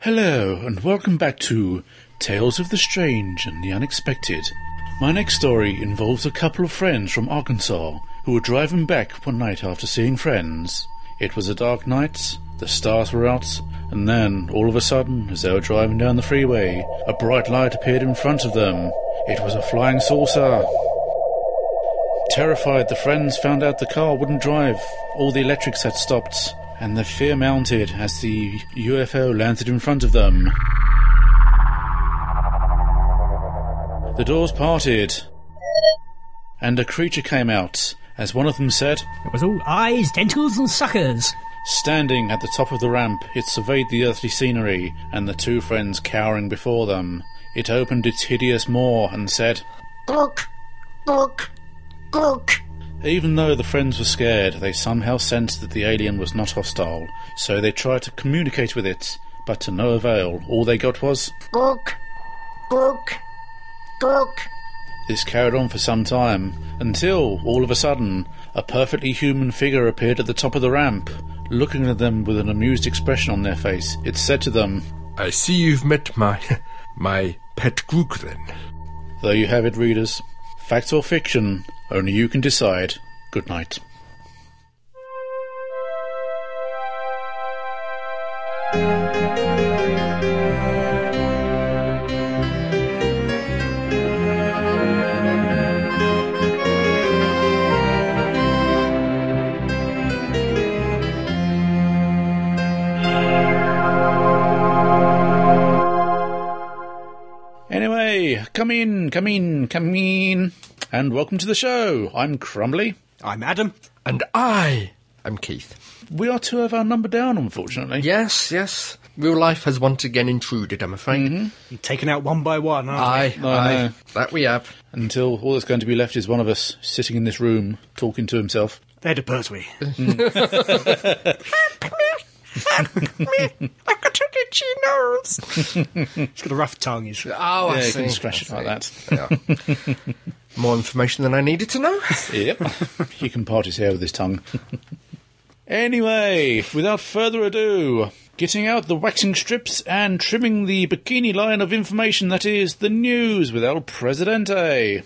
Hello, and welcome back to Tales of the Strange and the Unexpected. My next story involves a couple of friends from Arkansas who were driving back one night after seeing friends. It was a dark night, the stars were out, and then, all of a sudden, as they were driving down the freeway, a bright light appeared in front of them. It was a flying saucer. Terrified, the friends found out the car wouldn't drive. All the electrics had stopped, and the fear mounted as the UFO landed in front of them. The doors parted, and a creature came out. As one of them said, It was all eyes, tentacles, and suckers. standing at the top of the ramp, it surveyed the earthly scenery and the two friends cowering before them. It opened its hideous maw and said, Look, look, look. Even though the friends were scared, they somehow sensed that the alien was not hostile, so they tried to communicate with it, but to no avail. All they got was, Look, look, look. This carried on for some time, until, all of a sudden, a perfectly human figure appeared at the top of the ramp. Looking at them with an amused expression on their face, it said to them, I see you've met my my pet Grook then. There you have it, readers. Fact or fiction, only you can decide. Good night. Anyway, come in, come in, come in, and welcome to the show. I'm Crumbly. I'm Adam. And I am Keith. We are two of our number down, unfortunately. Yes, yes. Real life has once again intruded, I'm afraid. Mm-hmm. Taken out one by one. aren't we? Aye, aye. no. That we have. Until all that's going to be left is one of us sitting in this room talking to himself. They're the Pertwee. I've got an itchy nose. He's got a rough tongue. He's Oh, I Mm. yeah, you see. can scratch it like that. that. More information than I needed to know. Yep. he can part his hair with his tongue. anyway, without further ado, getting out the waxing strips and trimming the bikini line of information that is the news with El Presidente.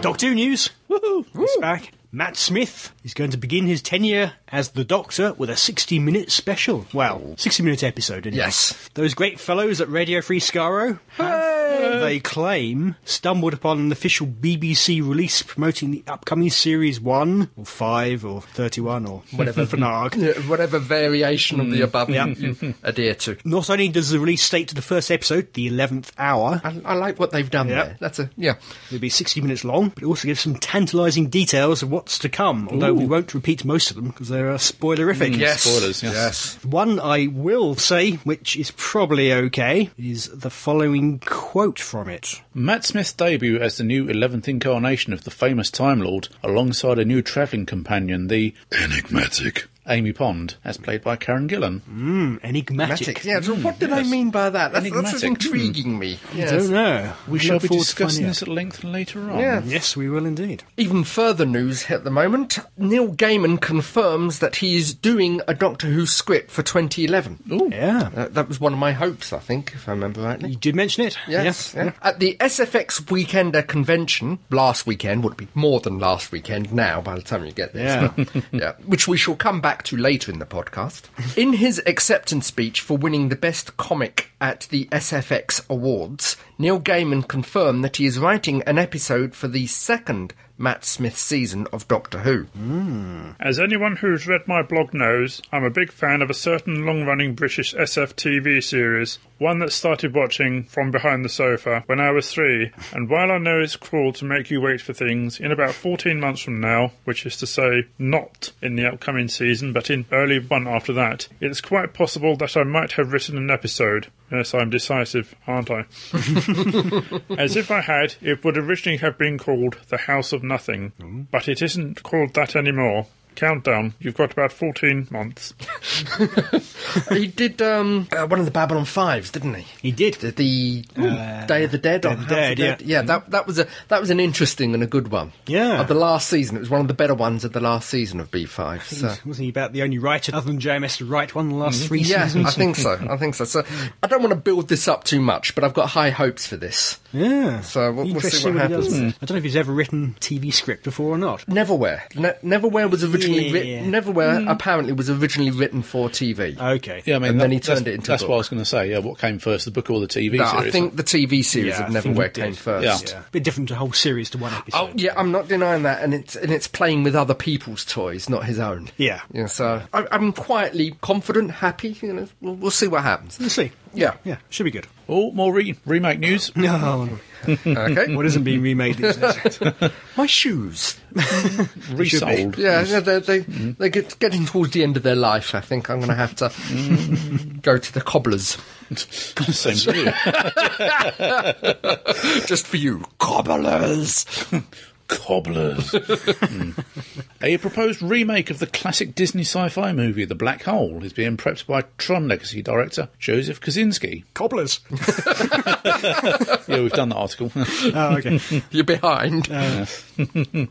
Doctor Who news. Woohoo! He's back. Matt Smith is going to begin his tenure as the Doctor with a 60-minute special. Well, 60-minute episode. Anyway. Yes. Those great fellows at Radio Free Scaro. They claim stumbled upon an official BBC release promoting the upcoming series one or five or thirty-one or whatever Fnarg. Yeah, Whatever variation Mm. of the above yeah. you adhere to. Not only does the release date to the first episode, the 11th hour, I, I like what they've done Yeah. there. That's a yeah. it'll be 60 minutes long, but it also gives some tantalising details of what's to come, although we won't repeat most of them because they're uh, spoilerific. Yes. spoilers, yes. One I will say, which is probably okay, is the following quote from it. Matt Smith's debut as the new 11th incarnation of the famous Time Lord, alongside a new travelling companion, the enigmatic Amy Pond, as played by Karen Gillan. Mm. Enigmatic. Magic. Yeah. So what did I mean by that? That's, that's just Enigmatic. Mm. intriguing me. I Yes. don't know. We Look shall be forward to finding discussing out. this at length later on. Yeah. Yes, we will indeed. Even further news at the moment Neil Gaiman confirms that he is doing a Doctor Who script for 2011. Ooh. Yeah. Uh, that was one of my hopes, I think, if I remember rightly. You did mention it? Yes. yeah. At the SFX Weekender convention last weekend, would be more than last weekend now by the time you get this. Yeah. but, yeah, which we shall come back to later in the podcast. In his acceptance speech for winning the best comic at the SFX Awards, Neil Gaiman confirmed that he is writing an episode for the second Matt Smith season of Doctor Who. As anyone who's read my blog knows, I'm a big fan of a certain long running British SF TV series, one that started watching from behind the sofa when I was three, and while I know it's cruel to make you wait for things, in about 14 months from now, which is to say, not in the upcoming season, but in early one after that, it's quite possible that I might have written an episode. Yes, I'm decisive, aren't I? As if I had, it would originally have been called The House of Nothing, but it isn't called that anymore. Countdown. You've got about 14 months. he did um, uh, one of the Babylon Fives, didn't he? He did. The, the Day of the Dead. or Uh, of the House Dead, yeah. that that was a that was an interesting and a good one. Yeah. of the last season, it was one of the better ones of the last season of B Five. So. Wasn't he about the only writer other than JMS to write one in the last three Mm-hmm. Yeah, seasons? I think so. I think so. So I don't want to build this up too much, but I've got high hopes for this. Yeah. So we'll- we'll see Interesting what he does. Hmm. happens. I don't know if he's ever written TV script before or not. Neverwhere. Ne- Neverwhere was Yeah. originally Mm. written. Neverwhere apparently was originally written for TV. Okay. Yeah, I mean, And that- then he that's- turned it into a That's what book. I was going to say. Yeah, what came first, the book or the TV No, series? I think the TV series Yeah, of I think Neverwhere he came did. first. Yeah. Yeah. A bit different to whole series to one episode. Oh yeah, I'm not denying that, and it's and it's playing with other people's toys, not his own. Yeah. yeah. So I, I'm quietly confident, happy. You know, we'll, we'll see what happens. Let's see. Yeah. Yeah, should be good. Oh, more re- remake news. No, Okay. what isn't being remade these days? My shoes. Mm-hmm. Resold. Yeah, yeah, they they they get getting towards the end of their life. I think I'm going to have to go to the cobblers Same to you. just for you, cobblers. Cobblers. Mm. A proposed remake of the classic Disney sci-fi movie The Black Hole is being prepped by Tron Legacy director Joseph Kosinski. Cobblers. Yeah, we've done that article. Oh, okay. You're behind.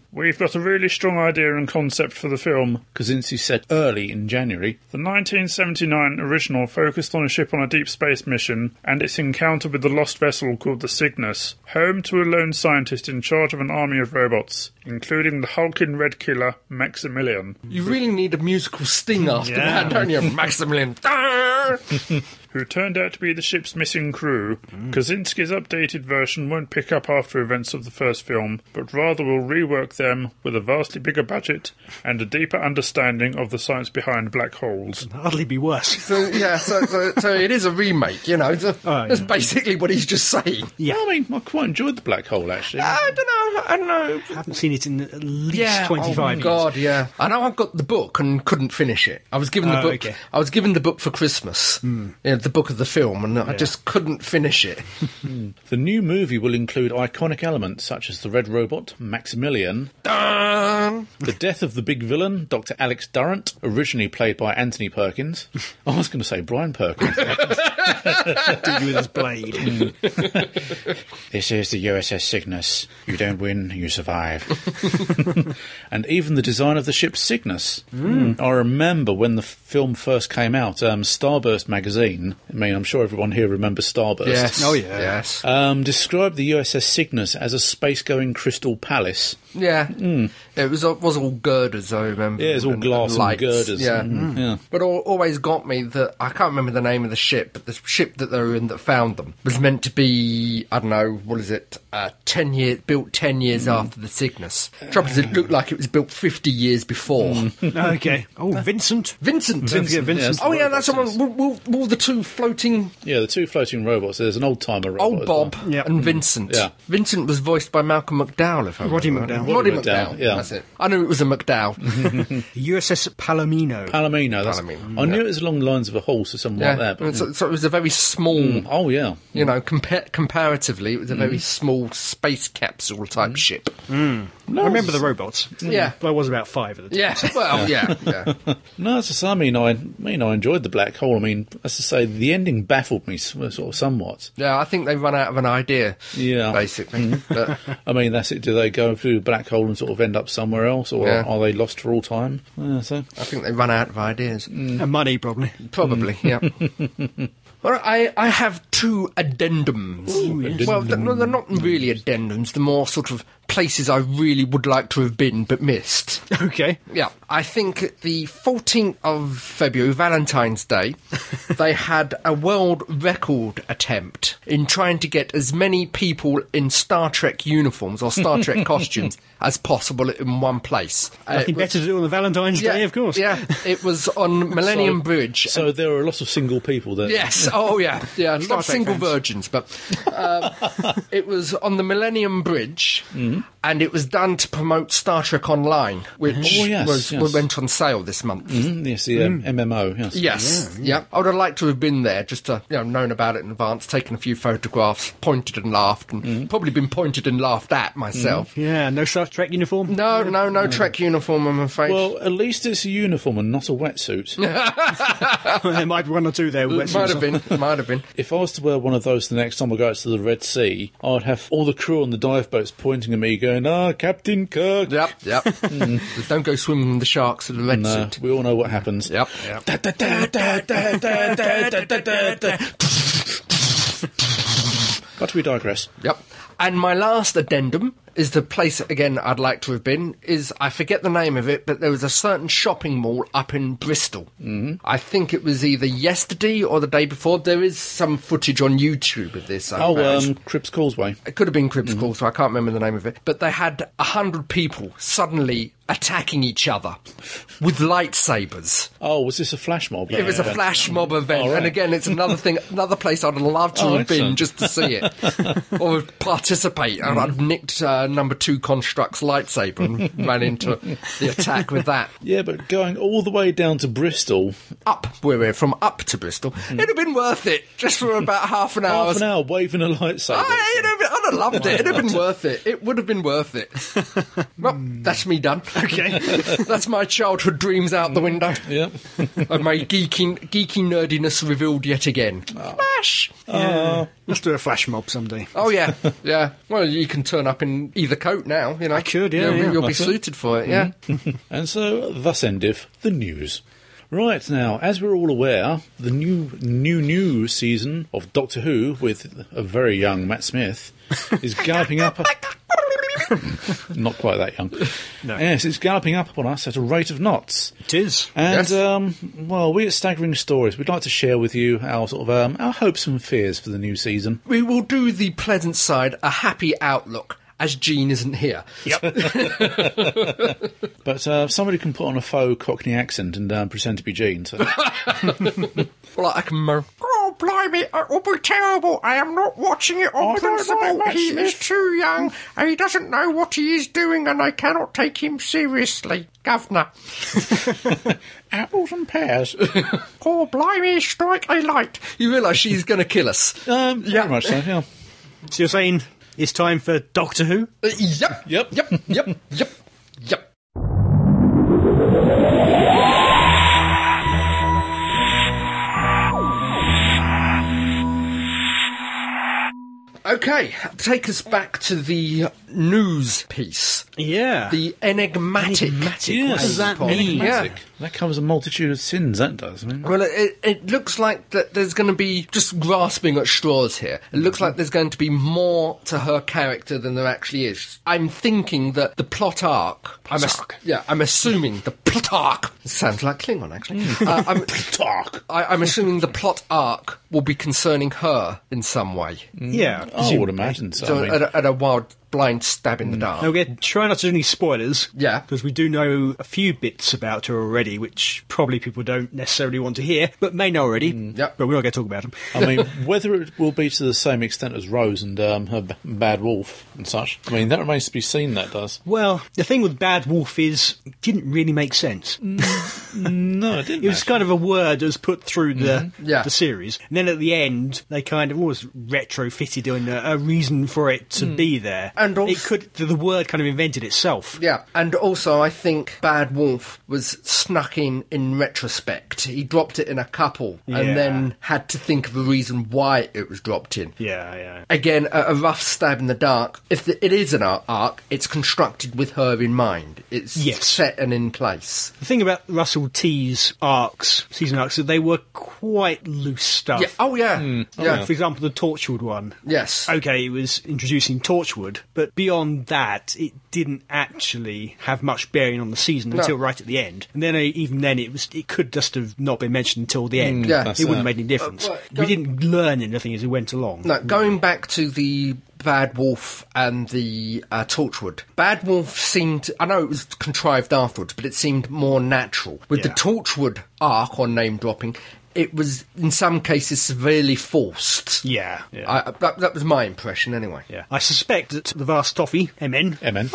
We've got a really strong idea and concept for the film. Kosinski said early in January The 1979 original focused on a ship on a deep space mission and its encounter with the lost vessel called the Cygnus, home to a lone scientist in charge of an army of robots, including the hulking red killer Maximilian, you really need a musical sting after that, don't you, Maximilian? who turned out to be the ship's missing crew. Kaczynski's updated version won't pick up after events of the first film, but rather will rework them with a vastly bigger budget and a deeper understanding of the science behind black holes. Hardly be worse. so yeah, so, so so it is a remake. You know, It's a- Oh, that's yeah. basically what he's just saying. Yeah. I mean, I quite enjoyed The Black Hole, actually. I don't know. I don't know. haven't seen it in at least Yeah, 25 oh my years. God, yeah. I know I've got the book and couldn't finish it. I was given the Oh, book. okay. Hmm. I was given the book for Christmas. Yeah, the book of the film, and I just couldn't finish it. The new movie will include iconic elements such as the red robot, Maximilian, Dun! the death of the big villain, Dr. Alex Durrant, originally played by Anthony Perkins. I was going to say Brian Perkins. Dig you with his blade. This is the USS Cygnus. You don't win, you survive. and even the design of the ship Cygnus. Hmm. I remember when the film first came out, um, Starburst magazine. I mean, I'm sure everyone here remembers Starburst. Yes. Oh, yeah. Yes. Um, described the USS Cygnus as a space-going crystal palace. yeah. It was it was all girders. I remember. Hmm. Yeah, it's all glass and, lights. girders. Yeah. Hmm. Mm, yeah. But al always got me that I can't remember the name of the ship, but the ship that they were in that found them was meant to be I don't know what is it uh, ten years built ten years Hmm. after the Cygnus. Trouble is, it looked like it was built fifty years before. Hmm. okay. Oh, Vincent. Vincent. Don't forget Vincent. yes. Oh yeah, that's the one. Will, will, will the two floating Yeah, the two floating robots. There's an old timer robot. old as Bob well. Yeah. and Vincent? Yeah. Vincent was voiced by Malcolm McDowell. If I Roddy remember McDowell. right. Roddy, Roddy McDowell. McDowell, yeah. Mm-hmm. that's it. I knew it was a McDowell. The USS Palomino. Uh, Palomino. That's, Palomino, I knew it was along the lines of a horse or something yeah. like that. But, so, so it was a very small. oh yeah. You know, compa- comparatively, it was a very small space capsule type ship. I remember the robots. Yeah. But I was about five at the time. Yeah. Well, yeah. yeah. No, as I say, I mean, I, I mean, I enjoyed the black hole. I mean, as I say, the ending baffled me s- sort of somewhat. Yeah, I think they run out of an idea. Yeah. Basically. but, I mean, that's it. Do they go through the black hole and sort of end up somewhere else, or Yeah. are they lost for all time? Yeah, so I think they run out of ideas. And money, probably. Probably, yeah. All right, I, I have two addendums. Well, th- no, they're not really addendums. They're more sort of places I really would like to have been but missed. Okay. Yeah, I think the 14th of February, Valentine's Day, they had a world record attempt in trying to get as many people in Star Trek uniforms or Star Trek costumes as possible in one place. Uh, Nothing it was- better to do on a Valentine's Day, of course. Yeah, it was on Millennium So- Bridge. So there are a lot of single people there. Yes. Oh, yeah. Yeah. Trek Not single fans. virgins, but um, it was on the Millennium Bridge, Mm. and it was done to promote Star Trek Online, which Oh, yes, was yes. went on sale this month. Mm, yes, the um, MMO. Yes. Yes, yeah, I would have liked to have been there, just to you know, known about it in advance, taken a few photographs, pointed and laughed, and probably been pointed and laughed at myself. Yeah, no Star Trek uniform. No, no, no Trek uniform, I'm afraid. Well, at least it's a uniform and not a wetsuit. there might be one or two there. it might have been, it might have been. if I was to wear one of those the next time I go out to the Red Sea, I would have all the crew on the dive boats pointing at me, going, "Ah, Captain Kirk." Yep, yep. Just Don't go swimming with the sharks at the red No, suit. we all know what happens. Yep, yep. Da, da, da, da, da, da, da, da, da, da. But we digress. Yep. And my last addendum is the place again I'd like to have been is I forget the name of it, but there was a certain shopping mall up in Bristol. Mm-hmm. I think it was either yesterday or the day before. There is some footage on YouTube of this. I Oh, found. um, mm-hmm. Cripps Causeway. It could have been Cribs Call, so I can't remember the name of it. But they had a hundred people suddenly attacking each other with lightsabers. Oh, was this a flash mob? It was a flash mob event, All right. and again, it's another thing, another place I'd love to Oh, have been excellent. just to see it or participate. And Mm. I've nicked uh, number two construct's lightsaber and ran into the attack with that. Yeah, but going all the way down to Bristol, Up where we're from, up to Bristol, it'd have been worth it just for about half an hour. Mm. half an hour waving a lightsaber. I, it'd have been- I'd have loved it. It'd have been worth it. It would have been worth it. well, that's me done. Okay, that's my childhood dreams out the window. Yep. and my geeky, geeky nerdiness revealed yet again. Oh. Smash! Let's do a flash mob someday. Oh yeah, yeah. Well, you can turn up in either coat now. You know, I could, yeah, yeah. Mm-hmm. You'll be That's it. suited for it. Yeah. And so, thus endeth the news. Right now, as we're all aware, the new new new season of Doctor Who with a very young Matt Smith is galloping up. Not quite that young. No. Yes, it's galloping up upon us at a rate of knots. It is. And Yes. um, well, we at Staggering Stories, we'd like to share with you our sort of um, our hopes and fears for the new season. We will do the pleasant side, a happy outlook, as Gene isn't here. But uh, somebody can put on a faux Cockney accent and um, pretend to be Gene. So. Well, I can. Mer- Oh, blimey, it will be terrible. I am not watching it on I don't know principle. much, He miss. is too young, and he doesn't know what he is doing, and I cannot take him seriously. Governor. Apples and pears. Oh, blimey, strike a light. you realise she's going to kill us. Um, Yeah. Very much so. Yeah. So you're saying it's time for Doctor Who? Uh, yep. Yep. Yep. Yep. Yep. Yep. Okay, take us back to the news piece. Yeah. The enigmatic. Yes. What does that mean? Enigmatic. That covers a multitude of sins, that does. I mean, Well, it- it, it looks like that there's going to be just grasping at straws here. It looks like there's going to be more to her character than there actually is. I'm thinking that the plot arc. I'm ass- yeah, I'm assuming the plot arc sounds like Klingon actually. Uh, I'm, talk. I, I'm assuming the plot arc will be concerning her in some way. yeah. Oh, I would imagine so. So I mean, at, a, at a wild blind stab in the dark. Now, again, try not to do any spoilers. Yeah. Because we do know a few bits about her already, which probably people don't necessarily want to hear, but may know already. Mm, Yep. But we're not going to talk about them. I mean, whether it will be to the same extent as Rose and um, her b- Bad Wolf and such, I mean, that remains to be seen, that does. Well, the thing with Bad Wolf is it didn't really make sense. Mm. No, it didn't. It was kind of a word that was put through the Mm-hmm. Yeah. the series. And then at the end, they kind of always retrofitted in a, a reason for it to be there. Mm. And also- it could the, the word kind of invented itself. Yeah, and also I think Bad Wolf was snuck in in retrospect. He dropped it in a couple Yeah. and then had to think of a reason why it was dropped in. Yeah, yeah. Again, a, a rough stab in the dark. If the, it is an ar- arc, it's constructed with her in mind. It's Yes. set and in place. The thing about Russell T's arcs, season arcs, is they were quite loose stuff. Yeah. Oh yeah. yeah. Like, for example, the Torchwood one. Yes. Okay, it was introducing Torchwood, but beyond that, it didn't actually have much bearing on the season until right at the end. And then, uh, even then, it was it could just have not been mentioned until the end. it Yeah. Mm, That's wouldn't it. have made any difference. Uh, well, we go- didn't learn anything as we went along. No, going back to the Bad Wolf and the uh, Torchwood. Bad Wolf seemed, I know it was contrived afterwards, but it seemed more natural. With the Yeah. Torchwood arc on name dropping, it was in some cases severely forced. Yeah. Yeah. I, that, that was my impression, anyway. yeah. I suspect that the vast toffee, MN, Emin.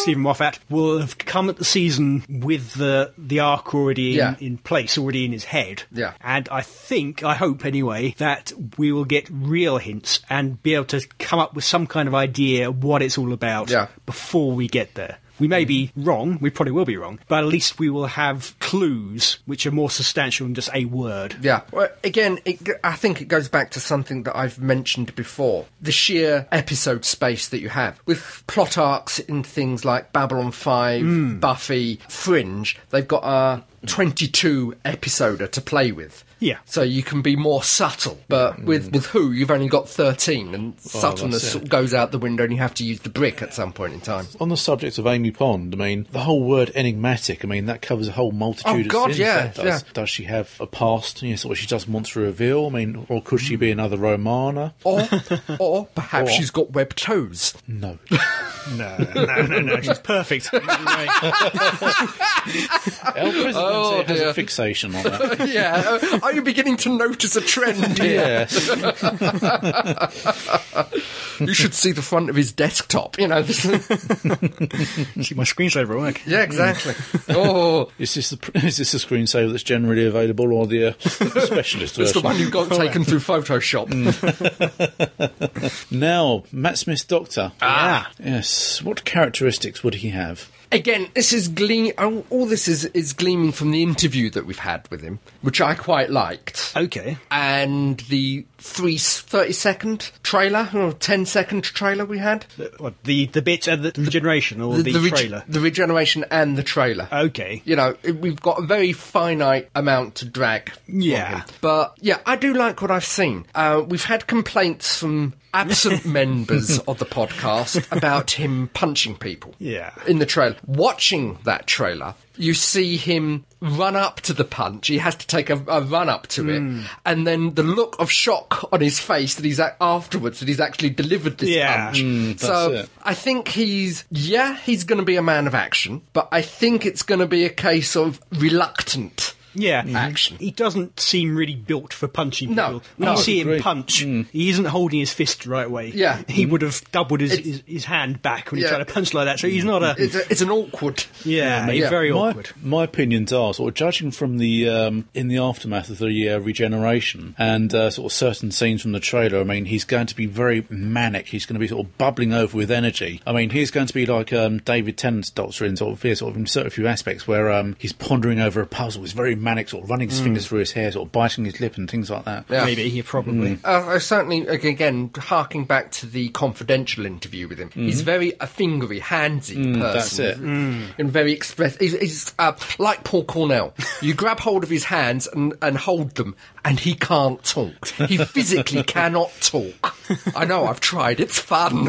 Stephen Moffat will have come at the season with the the arc already in, Yeah. in place, already in his head. Yeah. And I think, I hope anyway, that we will get real hints and be able to come up with some kind of idea of what it's all about Yeah. before we get there. We may be wrong, we probably will be wrong, but at least we will have clues which are more substantial than just a word. Yeah. Well, again, it, g- I think it goes back to something that I've mentioned before the sheer episode space that you have. With plot arcs in things like Babylon 5, Buffy, Fringe, they've got a 22 episoder to play with. Yeah. So you can be more subtle. But with, with Who, you've only got 13, and it. subtleness sort of goes out the window, and you have to use the brick at some point in time. On the subject of Amy Pond, I mean, the whole word enigmatic, I mean, that covers a whole multitude Oh, of God, sins. yeah, there. does, yeah. does she have a past? Yes, or she just wants to reveal? I mean, or could she be another Romana? Or, or perhaps she's got webbed toes. No. No, no, no, no. She's perfect. El Presidente Oh, has a dear. fixation on that. yeah. uh, Are you beginning to notice a trend here? yes. you should see the front of his desktop. You know, this See my screensaver at work. yeah, exactly. Oh, Is this the is this the screensaver that's generally available, or the uh, specialist it's the version? one you got taken through Photoshop. Mm. Now, Matt Smith's doctor. Ah. Yes. What characteristics would he have? Again, this is gleam. All, all this is is gleaming from the interview that we've had with him, which I quite liked. Okay. And the three thirty second trailer or 10 second trailer we had What, the, the bit at the regeneration or the, reg- trailer? the regeneration and the trailer. Okay. you know, it- we've got a very finite amount to drag. on Yeah. him. But yeah, I do like what I've seen. Uh, we've had complaints from absent members of the podcast about him punching people. Yeah. In the trailer. Watching that trailer, you see him run up to the punch. He has to take a, a run up to Hmm. it. And then the look of shock on his face that he's at afterwards, that he's actually delivered this Yeah. Hmm. punch. that's so it. I think he's, yeah, he's going to be a man of action, but I think it's going to be a case of reluctant. Yeah, Mm-hmm. Action. He doesn't seem really built for punching No, people. When no. Mm. you see him Agree. punch, he isn't holding his fist the right way. Yeah. he would have doubled his, It's- his, his hand back when he Yeah. Mm. tried to punch like that. So he's not a. It's, a, it's an awkward. yeah, he's yeah. very my, awkward. my opinions are sort of judging from the um, in the aftermath of the uh, regeneration and uh, sort of certain scenes from the trailer. I mean, he's going to be very manic. He's going to be sort of bubbling over with energy. I mean, he's going to be like um, David Tennant's Doctor in sort of here, sort of in certain few aspects where um, he's pondering over a puzzle. He's very manic, sort of running his fingers through his hair, sort of biting his lip and things like that. Hmm. yeah. Maybe yeah, probably. Uh, I certainly, ag- again, harking back to the confidential interview with him, he's very a fingery, handsy Mm-hmm. Mm, person. Mm. that's it. And very expressive. He's, he's uh, like Paul Cornell. You grab hold of his hands and, and hold them, and he can't talk. He physically cannot talk. I know, I've tried. It's fun.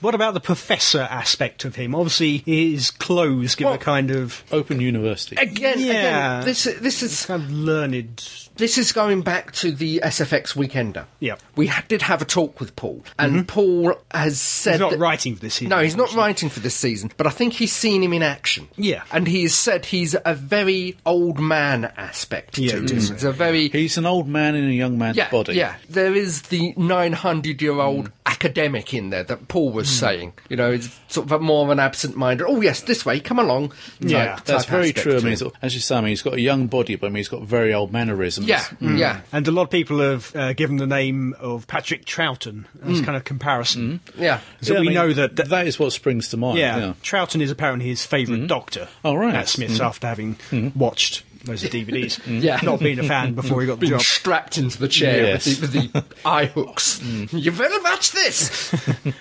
What about the professor aspect of him? Obviously, his clothes give a Well- kind of Open university. Again, Yeah. again, this this is kind of learned. this is going back to the SFX Weekender. Yep. Mm-hmm. we ha- did have a talk with Paul, and Paul has said He's not that- writing for this season. No, he's not writing for this season, but I think he's seen him in action. Yeah. and he has said he's a very old man aspect Yeah, to him. he is. It's a very He's an old man in a young man's yeah, body. Yeah, there is the 900 year old Mm. academic in there that Paul was saying. You know, it's sort of a more of an absent minded, oh, yes, this way, come along. Type, Yeah, That's type very aspect true. I to mean, him. sort of- as you say, I mean, he's got a young body, but I mean, he's got very old mannerisms. yeah, Mm. yeah. And a lot of people have uh, given the name of Patrick Troughton as kind of comparison. Mm. Yeah. So Yeah, I we mean, know that, that that is what springs to mind. Yeah, Yeah. Troughton is apparently his favorite Mm-hmm. doctor. Oh, right. Matt Smith's after having watched those DVDs. Yeah. not being a fan before he got the Being job. strapped into the chair Yes. Mm. with, the, with the eye hooks. You better match this.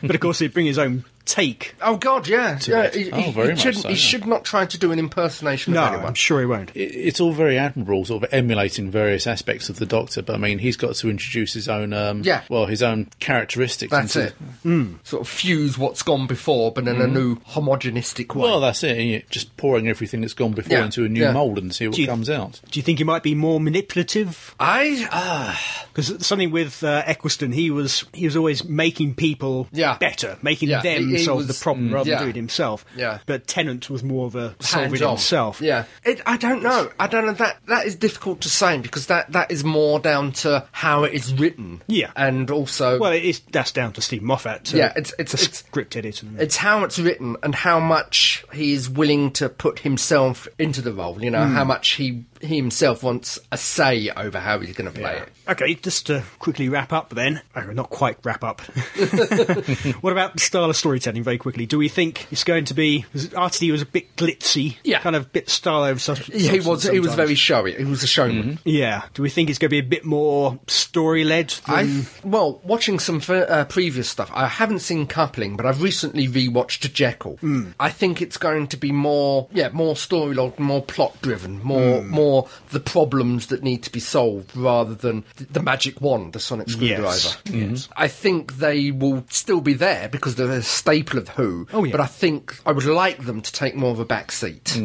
But of course, he'd bring his own take. Oh God, yeah, yeah. it. He, Oh, he- very he much shouldn't- so, he yeah. should not try to do an impersonation No, of anyone. I'm sure he won't. It- It's all very admirable, sort of emulating various aspects of the Doctor, but I mean, he's got to introduce his own, um, Yeah. well, his own characteristics. That's into- it. Sort of fuse what's gone before, but in a new homogenistic way. Mm. Well, that's it. you just pouring everything that's gone before Yeah, into a new yeah. mould and see what Do you- comes out. Do you think he might be more manipulative? I ah, Because something with uh, Eccleston, he was he was always making people Yeah. better, making Yeah, them him he solve was- mm, the problem rather yeah. than do it himself. Yeah. But Tennant was more of a solve it Hands-on. himself. Yeah, it, I don't know. I don't know that that is difficult to say because that that is more down to how it is written. Yeah. and also Well, it is, that's down to Steve Moffat. To, Yeah, it's- it's- to it's- script editor. and- it's how it's written and how much he is willing to put himself into the role. You know, Hmm. how much he he himself wants a say over how he's going to play it. Okay, just to quickly wrap up then. Oh, not quite wrap up. what about the style of storytelling, very quickly? Do we think it's going to be. RTD was a bit glitzy, Yeah. kind of bit style over sus- Yeah, he substance was he was sometimes. Mm-hmm. very showy. He was a showman. Yeah. Do we think it's going to be a bit more story led? I well, watching some f- uh, previous stuff, I haven't seen Coupling, but I've recently rewatched Jekyll. Hmm. I think it's going to be more, yeah, more story log, more plot driven, Hmm. more, more the problems that need to be solved rather than th- the magic wand, the sonic screwdriver. Yes. Mm-hmm. Yes. I think they will still be there because they're a staple of Who. Oh, yeah. But I think I would like them to take more of a back seat.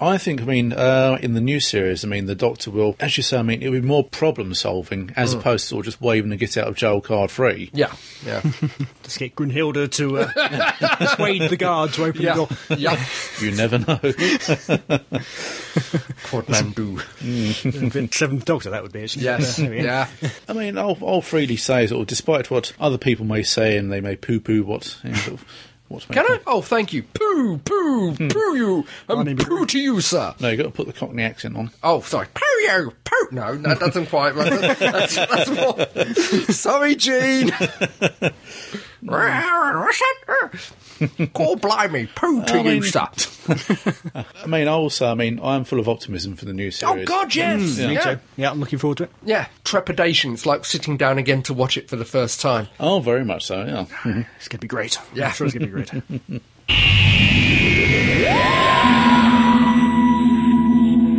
I think, I mean, uh, in the new series, I mean, the Doctor will, as you say, I mean, it'll be more problem solving as opposed to sort of just waving a get out of jail card free. Hmm. Yeah, yeah, Let's get Grunhilda to uh, persuade the guard to open the yeah, door. yeah. You never know. Quadmandu. Seventh Doctor, that would be, isn't Yes, it? There we go. yeah. I mean, I'll, I'll freely say, sort of, despite what other people may say and they may poo poo what. You know, sort of, what may Can I? come- Oh, thank you. Poo, poo, poo you, and poo to you, sir. No, you've got to put the Cockney accent on. Oh, sorry. Poo you, poo. No, that doesn't quite right. That's, that's more. Sorry, Gene. What's that? Call blimey, poo to I mean- you, sir. I mean, I also, I mean, I am full of optimism for the new series. Oh God, yes. Me yeah. too. Yeah, I'm looking forward to it. Yeah, trepidation. It's like sitting down again to watch it for the first time. Oh, very much so, yeah. It's going to be great. Yeah. I'm sure it's going to be great.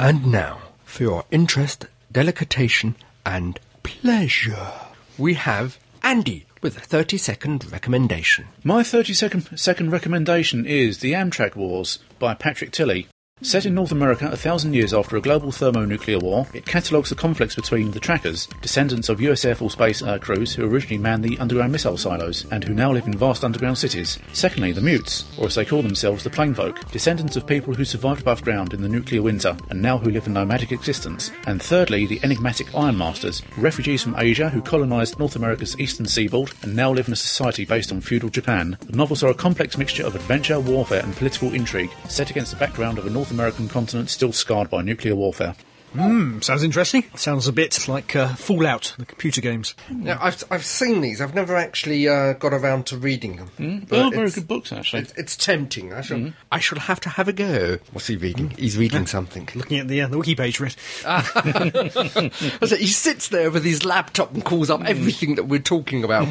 And now, for your interest, delectation, and pleasure, we have Andy with a 30 second recommendation. My 30 second, second recommendation is The Amtrak Wars by Patrick Tilley. Set in North America a thousand years after a global thermonuclear war, it catalogues the conflicts between the Trackers, descendants of US Air Force Base uh, crews who originally manned the underground missile silos and who now live in vast underground cities. Secondly, the Mutes, or as they call themselves, the Plainfolk, descendants of people who survived above ground in the nuclear winter and now who live a nomadic existence. And thirdly, the enigmatic Ironmasters, refugees from Asia who colonized North America's eastern seaboard and now live in a society based on feudal Japan. The novels are a complex mixture of adventure, warfare, and political intrigue, set against the background of a North American continent still scarred by nuclear warfare. Hmm, Sounds interesting. Sounds a bit like uh, Fallout, the computer games. Now, Mm. I've, I've seen these. I've never actually uh, got around to reading them. Oh, But very it's- good Mm. books, actually. It's, it's tempting. I shall, I shall have to have a go. What's he reading? Mm. He's reading something. Looking at the, uh, the wiki page for it. Ah. I said, he sits there with his laptop and calls Mm. up everything that we're talking about.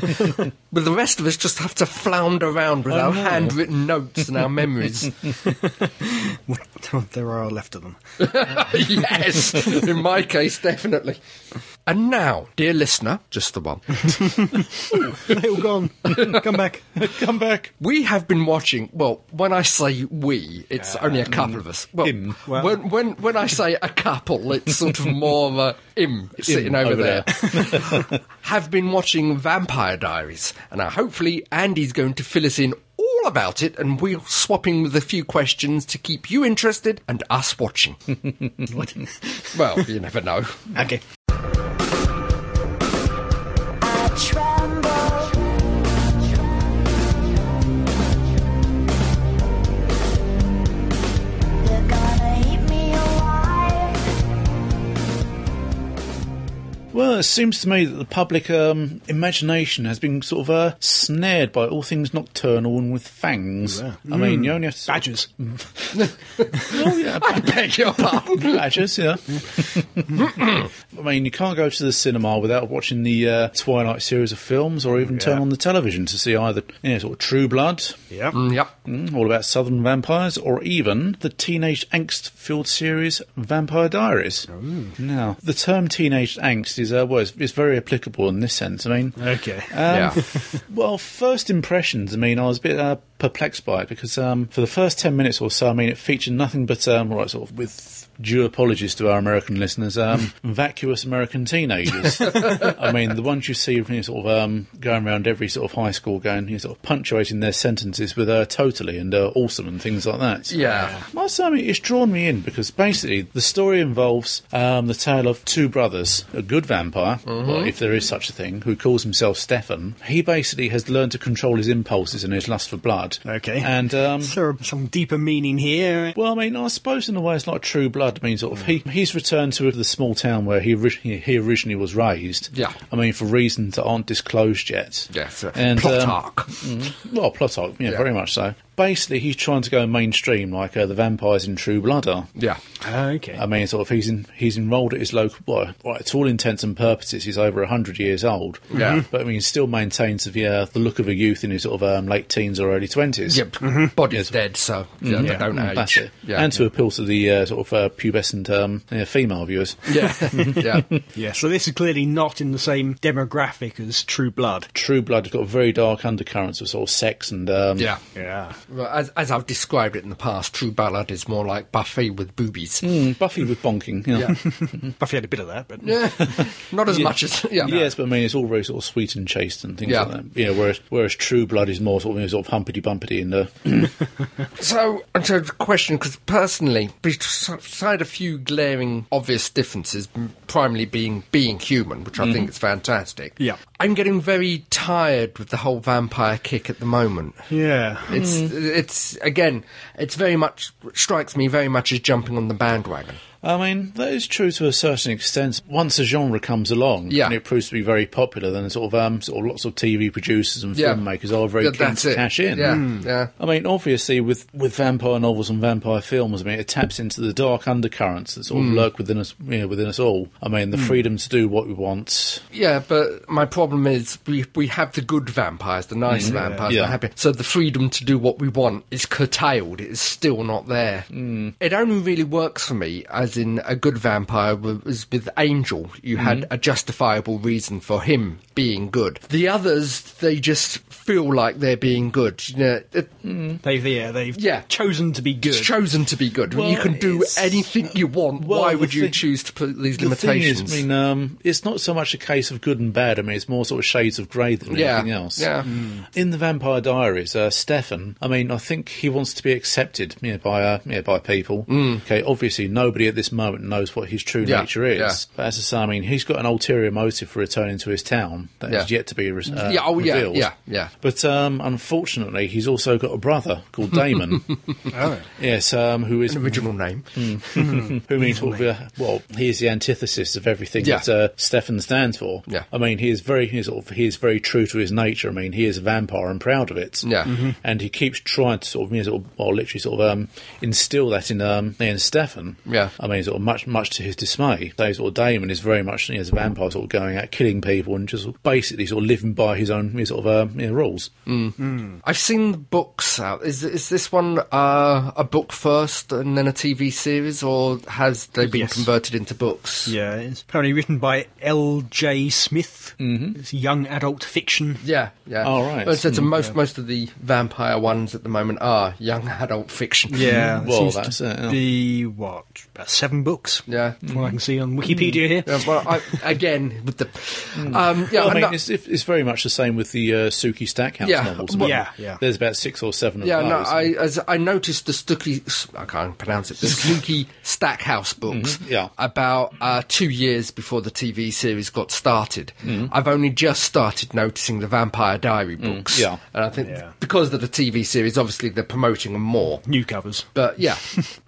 but the rest of us just have to flounder around Oh, with our handwritten notes and our memories. there are left of them. yes, in my case, definitely. And now, dear listener, just the one, they all gone. Come back. Come back. we have been watching. Well, when I say we, it's only a couple of us. Well, um, him. Well- when when when I say a couple, it's sort of more of a im sitting over, over there. have been watching Vampire Diaries, and now hopefully Andy's going to fill us in. All about it, and we'll swap in with a few questions to keep you interested and us watching. Well, you never know. Okay. I tremble. They're gonna eat me alive. Well, it seems to me that the public um, imagination has been sort of uh, snared by all things nocturnal and with fangs. I mean, you only have to. Badgers. Oh, yeah, I beg your pardon. Badgers, yeah. I mean, you can't go to the cinema without watching the uh, Twilight series of films, or even turn on the television to see either you know, sort of True Blood, Yeah. Yep. mm, all about Southern vampires, or even the teenage angst-filled series Vampire Diaries. Now, the term teenage angst is uh, that was. It's very applicable in this sense. I mean, Okay. yeah. Well, first impressions. I mean, I was a bit uh, perplexed by it because um, for the first ten minutes or so, I mean, it featured nothing but, um, all right, sort of with due apologies to our American listeners, um, vacuous American teenagers. I mean, the ones you see you know, sort of um, going around every sort of high school, going, you know, sort of punctuating their sentences with uh, totally and uh, awesome and things like that. Yeah. My sermon, it's drawn me in because basically the story involves um, the tale of two brothers, a good vampire, Mm-hmm. or if there is such a thing, who calls himself Stefan. He basically has learned to control his impulses and his lust for blood. Okay. And, um, Is there some deeper meaning here? well, I mean, I suppose in a way it's like True Blood. I mean, sort of, he, Mm. he's returned to the small town where he, orig- he originally was raised. Yeah. I mean, for reasons that aren't disclosed yet. Yes, uh, And, plot um, arc. well, plot arc, yeah, very much so. Basically, he's trying to go mainstream like uh, the vampires in True Blood are. Yeah. Okay. I mean, sort of, he's in, he's enrolled at his local. Well, right, to all intents and purposes, he's over hundred years old. Yeah. Mm-hmm. but I mean, he still maintains the uh, the look of a youth in his sort of um, late teens or early twenties. Yep. Body's dead, so yeah, they don't age. Mm-hmm. That's it. Yeah. and to appeal to the uh, sort of uh, pubescent um, yeah, female viewers. yeah. yeah. Yeah, so this is clearly not in the same demographic as True Blood. True Blood has got very dark undercurrents of sort of sex and um, Yeah. Yeah. Well, as, as I've described it in the past, True Ballad is more like Buffy with boobies. mm, Buffy with bonking. you know. Yeah. Buffy had a bit of that, but Not as much as yeah. Yes, but I mean it's all very sort of sweet and chaste and things Yeah. like that. Yeah, whereas whereas True Blood is more sort of, sort of humpity bumpity and uh, So, and so the question, because personally, beside a few glaring obvious differences, m- primarily being being human, which I think is fantastic. Yeah. I'm getting very tired with the whole vampire kick at the moment. yeah. It's it's again, it's very much strikes me very much as jumping on the bandwagon. I mean, that is true to a certain extent. Once a genre comes along Yeah. and it proves to be very popular, then sort of, um, sort of lots of TV producers and Yeah. filmmakers are very Yeah, keen that's to it. cash in. Yeah, yeah. I mean, obviously, with, with vampire novels and vampire films, I mean, it taps into the dark undercurrents that sort Hmm. of lurk within us, you know, within us all. I mean, the freedom to do what we want. Yeah, but my problem is we we have the good vampires, the nice vampires, Mm. Yeah. the happy. So the freedom to do what we want is curtailed. It's still not there. Mm. It only really works for me, as in a good vampire was with Angel. You Mm. had a justifiable reason for him being good. The others, they just feel like they're being good. You know, it- They've yeah, they've Yeah. chosen to be good. it's chosen to be good. Well, you can do it's- anything you want. well, Why the would you thing- choose to put these The thing limitations? is, I mean, um, it's not so much a case of good and bad. I mean, it's more sort of shades of grey than Yeah, anything else. yeah. In the Vampire Diaries, uh, Stefan, I mean, I think he wants to be accepted you know, by uh, you know, by people. Okay, obviously, nobody at this moment knows what his true Hmm. Yeah, nature is. yeah. But as I say, I mean, he's got an ulterior motive for returning to his town that is Yeah. yet to be re- uh, Yeah, oh, yeah, revealed. yeah, yeah. But um, unfortunately, he's also got a brother called Damon. Oh. yes, um, who is An original name. who means sort of, uh, well, he is the antithesis of everything Yeah. that uh, Stefan stands for. Yeah. I mean, he is very he is, sort of, he is very true to his nature. I mean, he is a vampire and proud of it. Yeah. Mm-hmm. Mhm. and he keeps trying to sort of, you know, sort of well, literally sort of um, instill that in um, in Stefan. Yeah. I mean, sort of much much to his dismay, so sort of Damon is very much you know, as a vampire, sort of going out killing people and just basically sort of living by his own you know, sort of um, you know, rules. I've seen the books out. Is is this one uh, a book first and then a TV series, or has they been Yes. converted into books? Yeah, it's apparently written by L. J. Smith. Mm-hmm. It's young adult fiction. Yeah, yeah. Oh, right. Well, so Mm, it's most most of the vampire ones at the moment are young adult fiction. Yeah, Well, seems that's to it, yeah. be what about seven books? Yeah. from what I can see on Wikipedia here. Yeah, Mm. Uh, well, I, again, with the Mm. um, yeah, Well, I I'm mean, not- it's, it's very much the same with the uh, Suki Stackhouse Yeah, novels. well- Yeah, yeah. There's about six or seven of yeah. those. No, I as I noticed the Stooky, I can't pronounce it. The Stooky Stackhouse books. Mm-hmm, yeah. About uh, two years before the TV series got started, Mm-hmm. I've only just started noticing the Vampire Diary books. Mm, yeah. and I think Yeah. because of the TV series, obviously they're promoting them more. New covers. But yeah,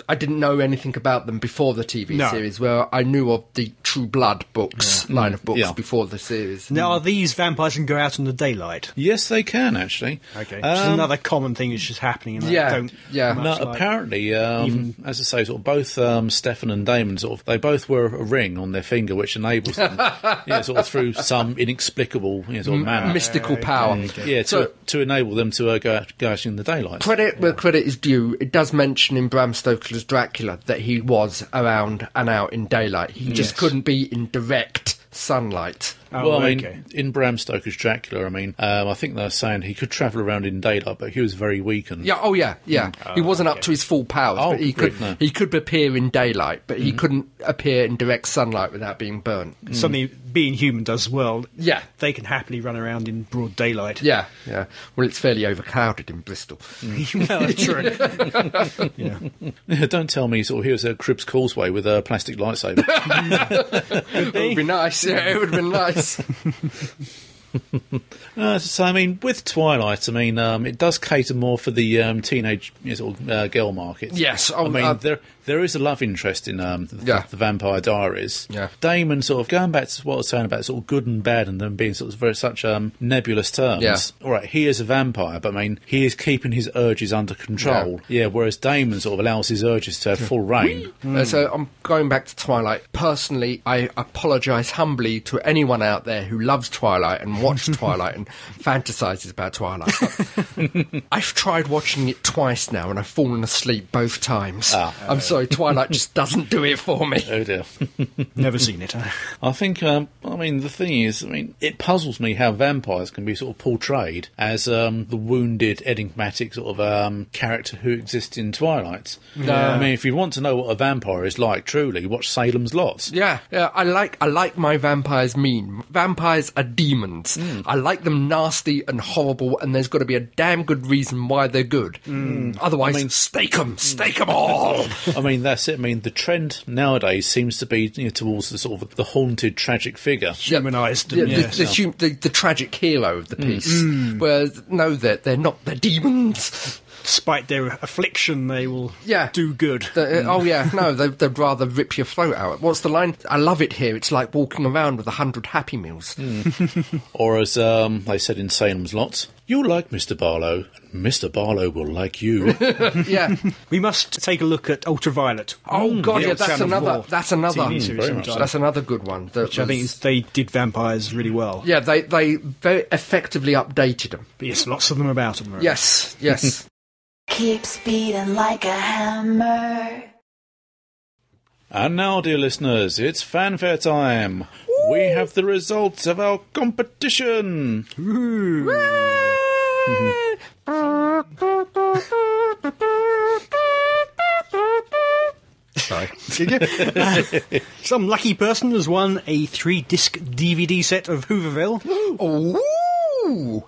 I didn't know anything about them before the TV No. series. Where I knew of the True Blood books line of books yeah. before the series. Now, are these vampires can go out in the daylight? Yes, they can actually. Okay, which is Um, another common thing that's just happening. And Yeah, I don't yeah. much no, like. apparently, um, as I say, sort of both um, Stefan and Damon sort of they both wear a ring on their finger, which enables them, yeah, sort of through some inexplicable you know, sort Mm, of manner, Mystical power. yeah, to, So- to enable them to uh, go out, go out in the daylight. Credit where credit is due, it does mention in Bram Stoker's Dracula that he was around and out in daylight. He just couldn't be in direct sunlight. Oh, well, I mean, okay. in Bram Stoker's Dracula, I mean, um, I think they're saying he could travel around in daylight, but he was very weakened. Yeah, oh yeah, yeah. he wasn't up to his full powers, Mm. Oh, Mm-hmm. but he good, could no. he could appear in daylight, but he couldn't appear in direct sunlight without being burnt. Something being human does well. Yeah. They can happily run around in broad daylight. Yeah, yeah. Well, it's fairly overclouded in Bristol. Mm. Well, that's true. yeah. Don't tell me sort of here's a Cribs Causeway with a plastic lightsaber. It would be nice. Yeah, it would have been nice. Uh, so I mean, with Twilight, I mean, um, it does cater more for the um, teenage you know, sort of, uh, girl market. Yes, I oh, mean, uh, there there is a love interest in um, the, Yeah. the Vampire Diaries. Yeah. Damon sort of going back to what I was saying about sort of good and bad and them being sort of very such um, nebulous terms. Yeah. All right, he is a vampire, but I mean, he is keeping his urges under control. Yeah. whereas Damon sort of allows his urges to have full reign. Uh, So I'm going back to Twilight. Personally, I apologise humbly to anyone out there who loves Twilight and watched Twilight and fantasises about Twilight. But I've tried watching it twice now and I've fallen asleep both times. I'm sorry, Twilight just doesn't do it for me. Oh dear. Never seen it. huh? I think, um, I mean, the thing is, I mean, it puzzles me how vampires can be sort of portrayed as um, the wounded, enigmatic sort of um, character who exists in Twilight. I mean, if you want to know what a vampire is like, truly, watch Salem's Lot. Yeah, yeah. I like I like my vampires mean. Vampires are demons. I like them nasty and horrible, and there's got to be a damn good reason why they're good. Otherwise, stake 'em, stake 'em all. I mean, that's it. I mean, the trend nowadays seems to be you know, towards the sort of the haunted, tragic figure. Humanized. Yeah, and- Hmm. the, the, hum- the, the tragic hero of the piece. Whereas, no, they're, they're not, they're demons. Despite their affliction, they will Yeah. do good. They're- Oh, yeah, no, they, they'd rather rip your throat out. What's the line? I love it here. It's like walking around with a hundred Happy Meals. Hmm. Or as um, they said in Salem's Lot, you'll like Mr. Barlow, and Mr. Barlow will like you. yeah. We must take a look at Ultraviolet. Oh, God, Hmm. the yeah, Mm, old that's Channel another, four that's another, TV series very much sometime. that's another good one. that Which I think was- is- they did vampires really well. yeah, they, they very effectively updated them. But yes, lots of them about them. Yes, yes. Keeps beating like a hammer. And now, dear listeners, it's fanfare time. We have the results of our competition. Sorry. Some lucky person has won a three disc DVD set of Hooverville. Ooh!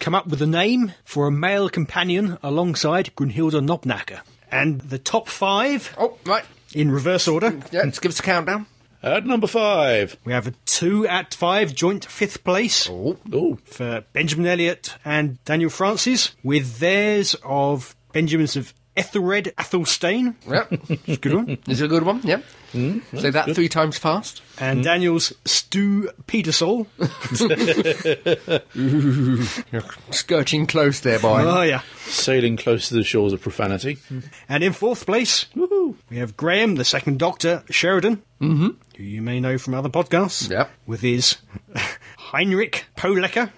Come up with a name for a male companion alongside Brunhilde Knobnacker. And the top five, Oh, right. in reverse order, Yeah, let's give us a countdown. At number five. we have a two at five joint fifth place Oh, for Benjamin Elliott and Daniel Francis, with theirs of Benjamin's of Ethelred Athelstane. Yep. It's a good one. Is it a good one? Yep. Hmm. Say that three times fast. and Daniel's Stu Petersall. Skirting close there, boy. oh, yeah. sailing close to the shores of profanity. Hmm. And in fourth place, we have Graham, the second Doctor, Sheridan, mm-hmm. who you may know from other podcasts, Yep. with his Heinrich Polecker.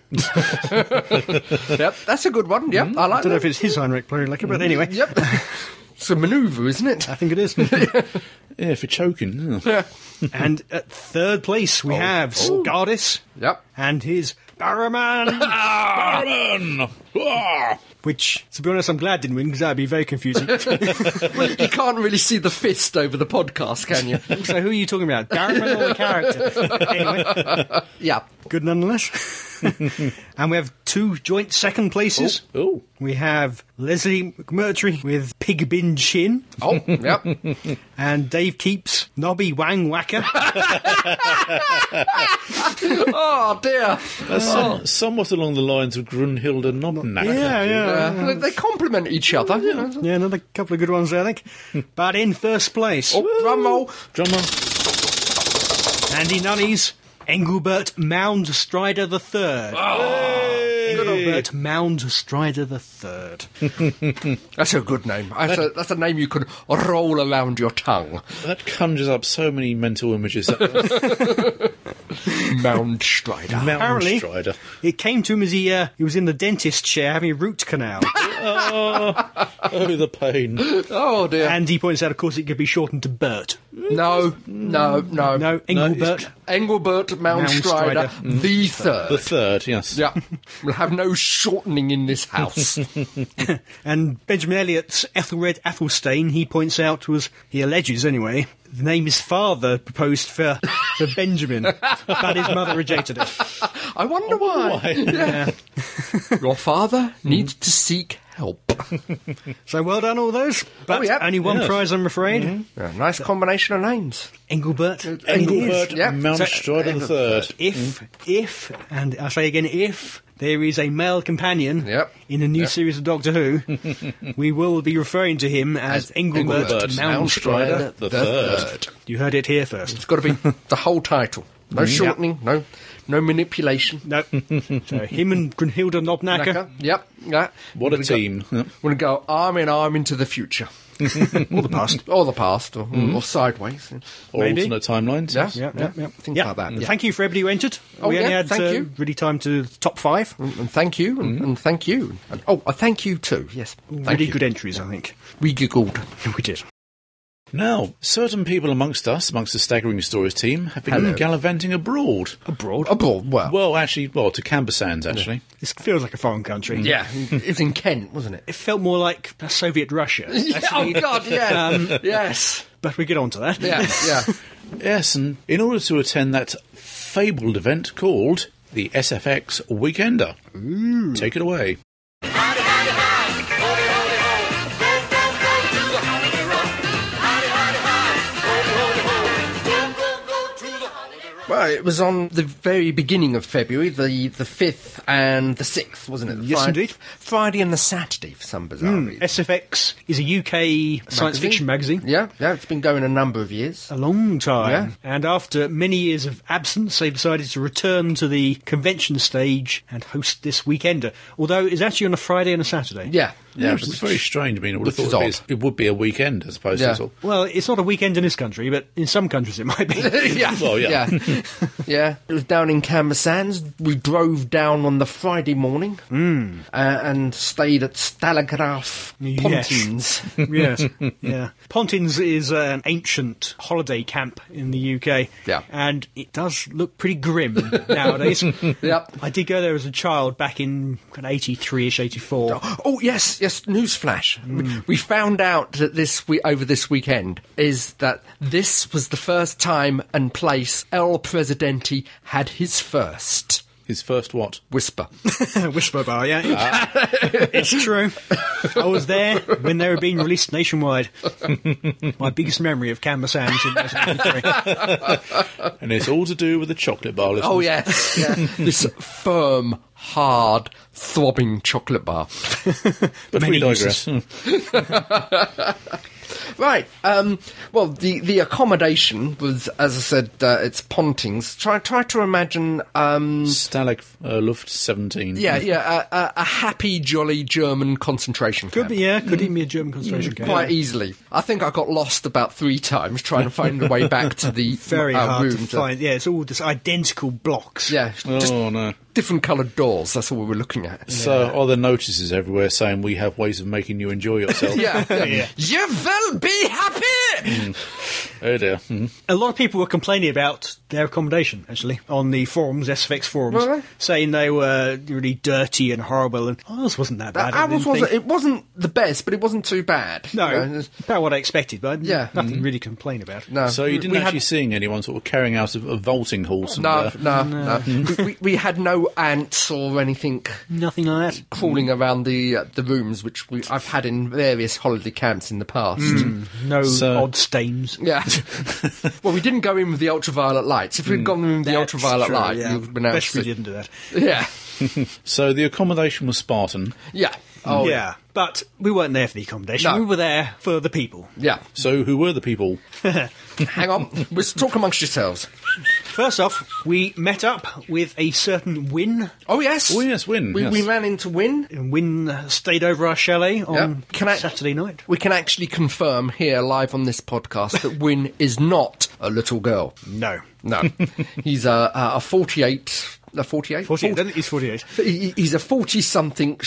I yep, that's a good one. Yep, I like Mm-hmm. don't know that. if it's his Heinrich Polecker, but anyway, Yep. it's a manoeuvre, isn't it? I think it is. Yeah, for choking. yeah. Yeah. and at third place, we have Scardis Yep. and his Barrowman, Barman! Ah! which, to be honest, I'm glad didn't win because that'd be very confusing. You can't really see the fist over the podcast, can you? so, who are you talking about? Barrowman or the character? anyway. yeah. good nonetheless. and we have two joint second places. Oh, We have Leslie McMurtry with Pig Bin Shin Oh, yep. and Dave Keeps Nobby Wang Wacker. Oh, dear. that's Ah. some, somewhat along the lines of Grunhilde Nobnacker. yeah. Uh, they complement each other. you know. Yeah, another couple of good ones, I think. but in first place, Oh, drum roll. Drummer. Andy Nunny's Engelbert Mound Strider the Third. Engelbert Mound Strider the Third. That's a good name. That's a, that's a name you can roll around your tongue. That conjures up so many mental images. Mound Strider. Mountain Apparently, Strider. it came to him as he uh, he was in the dentist chair having a root canal. Oh, the pain. Oh dear. And he points out, of course, it could be shortened to Bert. no, no, no, No, Engelbert. it's- Engelbert Malmstrider, the third. Mm. The third, yes. Yeah, we'll have no shortening in this house. And Benjamin Elliot's Ethelred Athelstane, he points out, was, he alleges anyway, the name his father proposed for, for Benjamin, but his mother rejected it. I Oh, wonder why. Yeah. Your father needs to seek help. So well done, all those. But yep. only one Yes. prize, I'm afraid. Yeah, nice combination of names. Engelbert. And it Engelbert is. yeah. Malmstrider the third. If, if, and I say again, if there is a male companion Yep. in a new series of Doctor Who, we will be referring to him as, Engelbert, Engelbert Malmstrider. The third. You heard it here first. It's got to be the whole title. No shortening. No, no manipulation. No. so him and Brunhilde Knobnacker. Yep. Yeah. What a team. Yep. We're gonna go arm in arm into the future, All the past. Mm-hmm. or the past, or, or sideways. Or Maybe. alternate timelines. Yeah. yes. Yeah, yeah, yeah. Things Yeah. Mm. like that. Thank you for everybody who entered. Oh, we yeah, only had thank uh, you. really time to the top five. Mm-hmm. And thank you, and, and thank you. And, oh, I thank you too. Yes, thank really you. good entries, I think. We giggled. We did. Now, certain people amongst us, amongst the Staggering Stories team, have been Hello. gallivanting abroad. Abroad. Abroad, well, Well, actually, well, to Cambersands, actually. This feels like a foreign country. yeah, it was in Kent, wasn't it? It felt more like Soviet Russia. oh God, yeah, Um, yes, but we get on to that. yeah, yeah. Yes, and in order to attend that fabled event called the SFX Weekender. Take it away. Well, it was on the very beginning of February, the the fifth and the sixth, wasn't it? The Yes, Fri- indeed. Friday and the Saturday for some bizarre reason. SFX is a UK science fiction magazine. Um, Yeah, yeah, it's been going a number of years. A long time. And after many years of absence, they decided to return to the convention stage and host this weekender. Although it's actually on a Friday and a Saturday. Yeah, Yeah, it was very strange. I mean, I would have which thought it'd be is a- it would be a weekend as opposed Yeah. to. sort of- Well, it's not a weekend in this country, but in some countries it might be. yeah. Well, yeah. yeah. Yeah. It was down in Canberra Sands. We drove down on the Friday morning uh, and stayed at Stalagraf Hmm. Yes. Pontins. yes, yeah. Pontins is an ancient holiday camp in the UK. Yeah. and it does look pretty grim nowadays. Yep. I did go there as a child back in eighty-three-ish, eighty-four. Oh yes, yes. Newsflash: Hmm. We- we found out that this we over this weekend is that this was the first time and place El Presidente had his first His first what? whisper. Whisper Bar, yeah, it's true. I was there when they were being released nationwide. My biggest memory of Canberra Sands in 1983. And it's all to do with the chocolate bar. oh listeners. yes, yeah. this firm, hard, throbbing chocolate bar. But Many we digress. uses. Right. Um, well, the, the accommodation was, as I said, uh, it's Pontings. Try try to imagine. Um, Stalag uh, Luft 17. yeah, yeah, a, a, a happy, jolly German concentration Could camp. be, yeah, could even be a German concentration camp. Quite easily. I think I got lost about three times trying to find the way back to the Very uh, hard room. to find. Yeah, it's all just identical blocks. Yeah, just Oh, no. different coloured doors. That's all we were looking at. So are there uh, notices everywhere saying we have ways of making you enjoy yourself? Yeah, yeah. You will be happy! Mm. Oh dear. Mhm. A lot of people were complaining about their accommodation, actually, on the forums, SFX forums, Were they? saying they were really dirty and horrible, and ours wasn't that bad. I Ours didn't wasn't, think. it wasn't the best, but it wasn't too bad. You know, No, it's- about what I expected, but Yeah. yeah. nothing really to complain about. no. So you didn't Uh, We had- actually seeing anyone sort of carrying out a, a vaulting horse? and, No, uh, no, no. we, we- we had no ants or anything Nothing like that. crawling around the uh, the rooms, which we, I've had in various holiday camps in the past. No So- odd stains. Yeah. well, we didn't go in with the ultraviolet lights. If we'd gone in with the ultraviolet Mm. True, light, yeah. you'd been out. Best we sick. didn't do that. Yeah. So the accommodation was Spartan. Yeah. Oh, yeah. yeah, but we weren't there for the accommodation. No. We were there for the people. Yeah. So who were the people? Hang on. Let's talk amongst yourselves. First off, we met up with a certain Win, Oh, yes. Oh, yes, Wynne, We, yes. we ran into Win. and Win uh, stayed over our chalet on Yep. Can I- Saturday night. We can actually confirm here live on this podcast that Win is not a little girl. No, No, he's a, a a 48 No, 48? 48. Then it is 48. He- He's a 40 something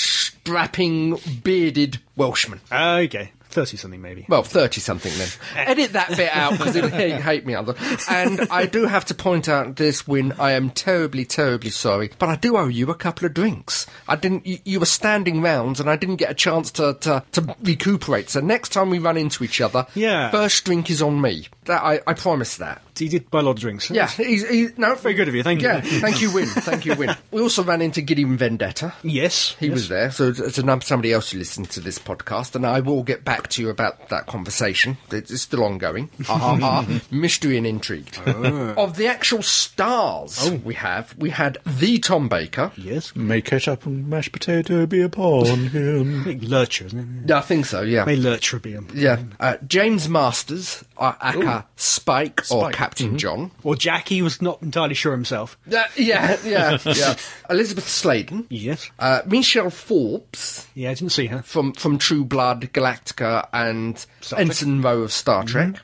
strapping bearded Welshman. Ah, Okay. 30 something, maybe. Well, 30 something then. Edit that bit out because it'll he'll hate me. Other. And I do have to point out this win. I am terribly, terribly sorry, but I do owe you a couple of drinks. I didn't, you, you were standing round and I didn't get a chance to, to, to recuperate. So next time we run into each other, Yeah. first drink is on me. That I, I promise that. He did buy a lot of drinks. Yeah, he's, he's, no, Very good of you, thank you. yeah, thank you, Win. Thank you, Win. We also ran into Gideon Vendetta. Yes. He was there, so it's it's another somebody else who listened to this podcast, and I will get back to you about that conversation. It's it's still ongoing. Ah, ah, ah. Mystery and intrigue. Of the actual stars we have, we had the Tom Baker. Yes. May ketchup and mashed potato be upon him. I think Lurcher, isn't it? Yeah, I think so, yeah. May Lurcher be him. Yeah. Uh, James Masters, uh, aka Spike, Mm-hmm. or Captain John. Or Jackie was not entirely sure himself. Uh, yeah, yeah, yeah. Elizabeth Sladen. Yes. Uh, Michelle Forbes. Yeah, I didn't see her. from from True Blood, Galactica, and Ensign Row of Star Trek.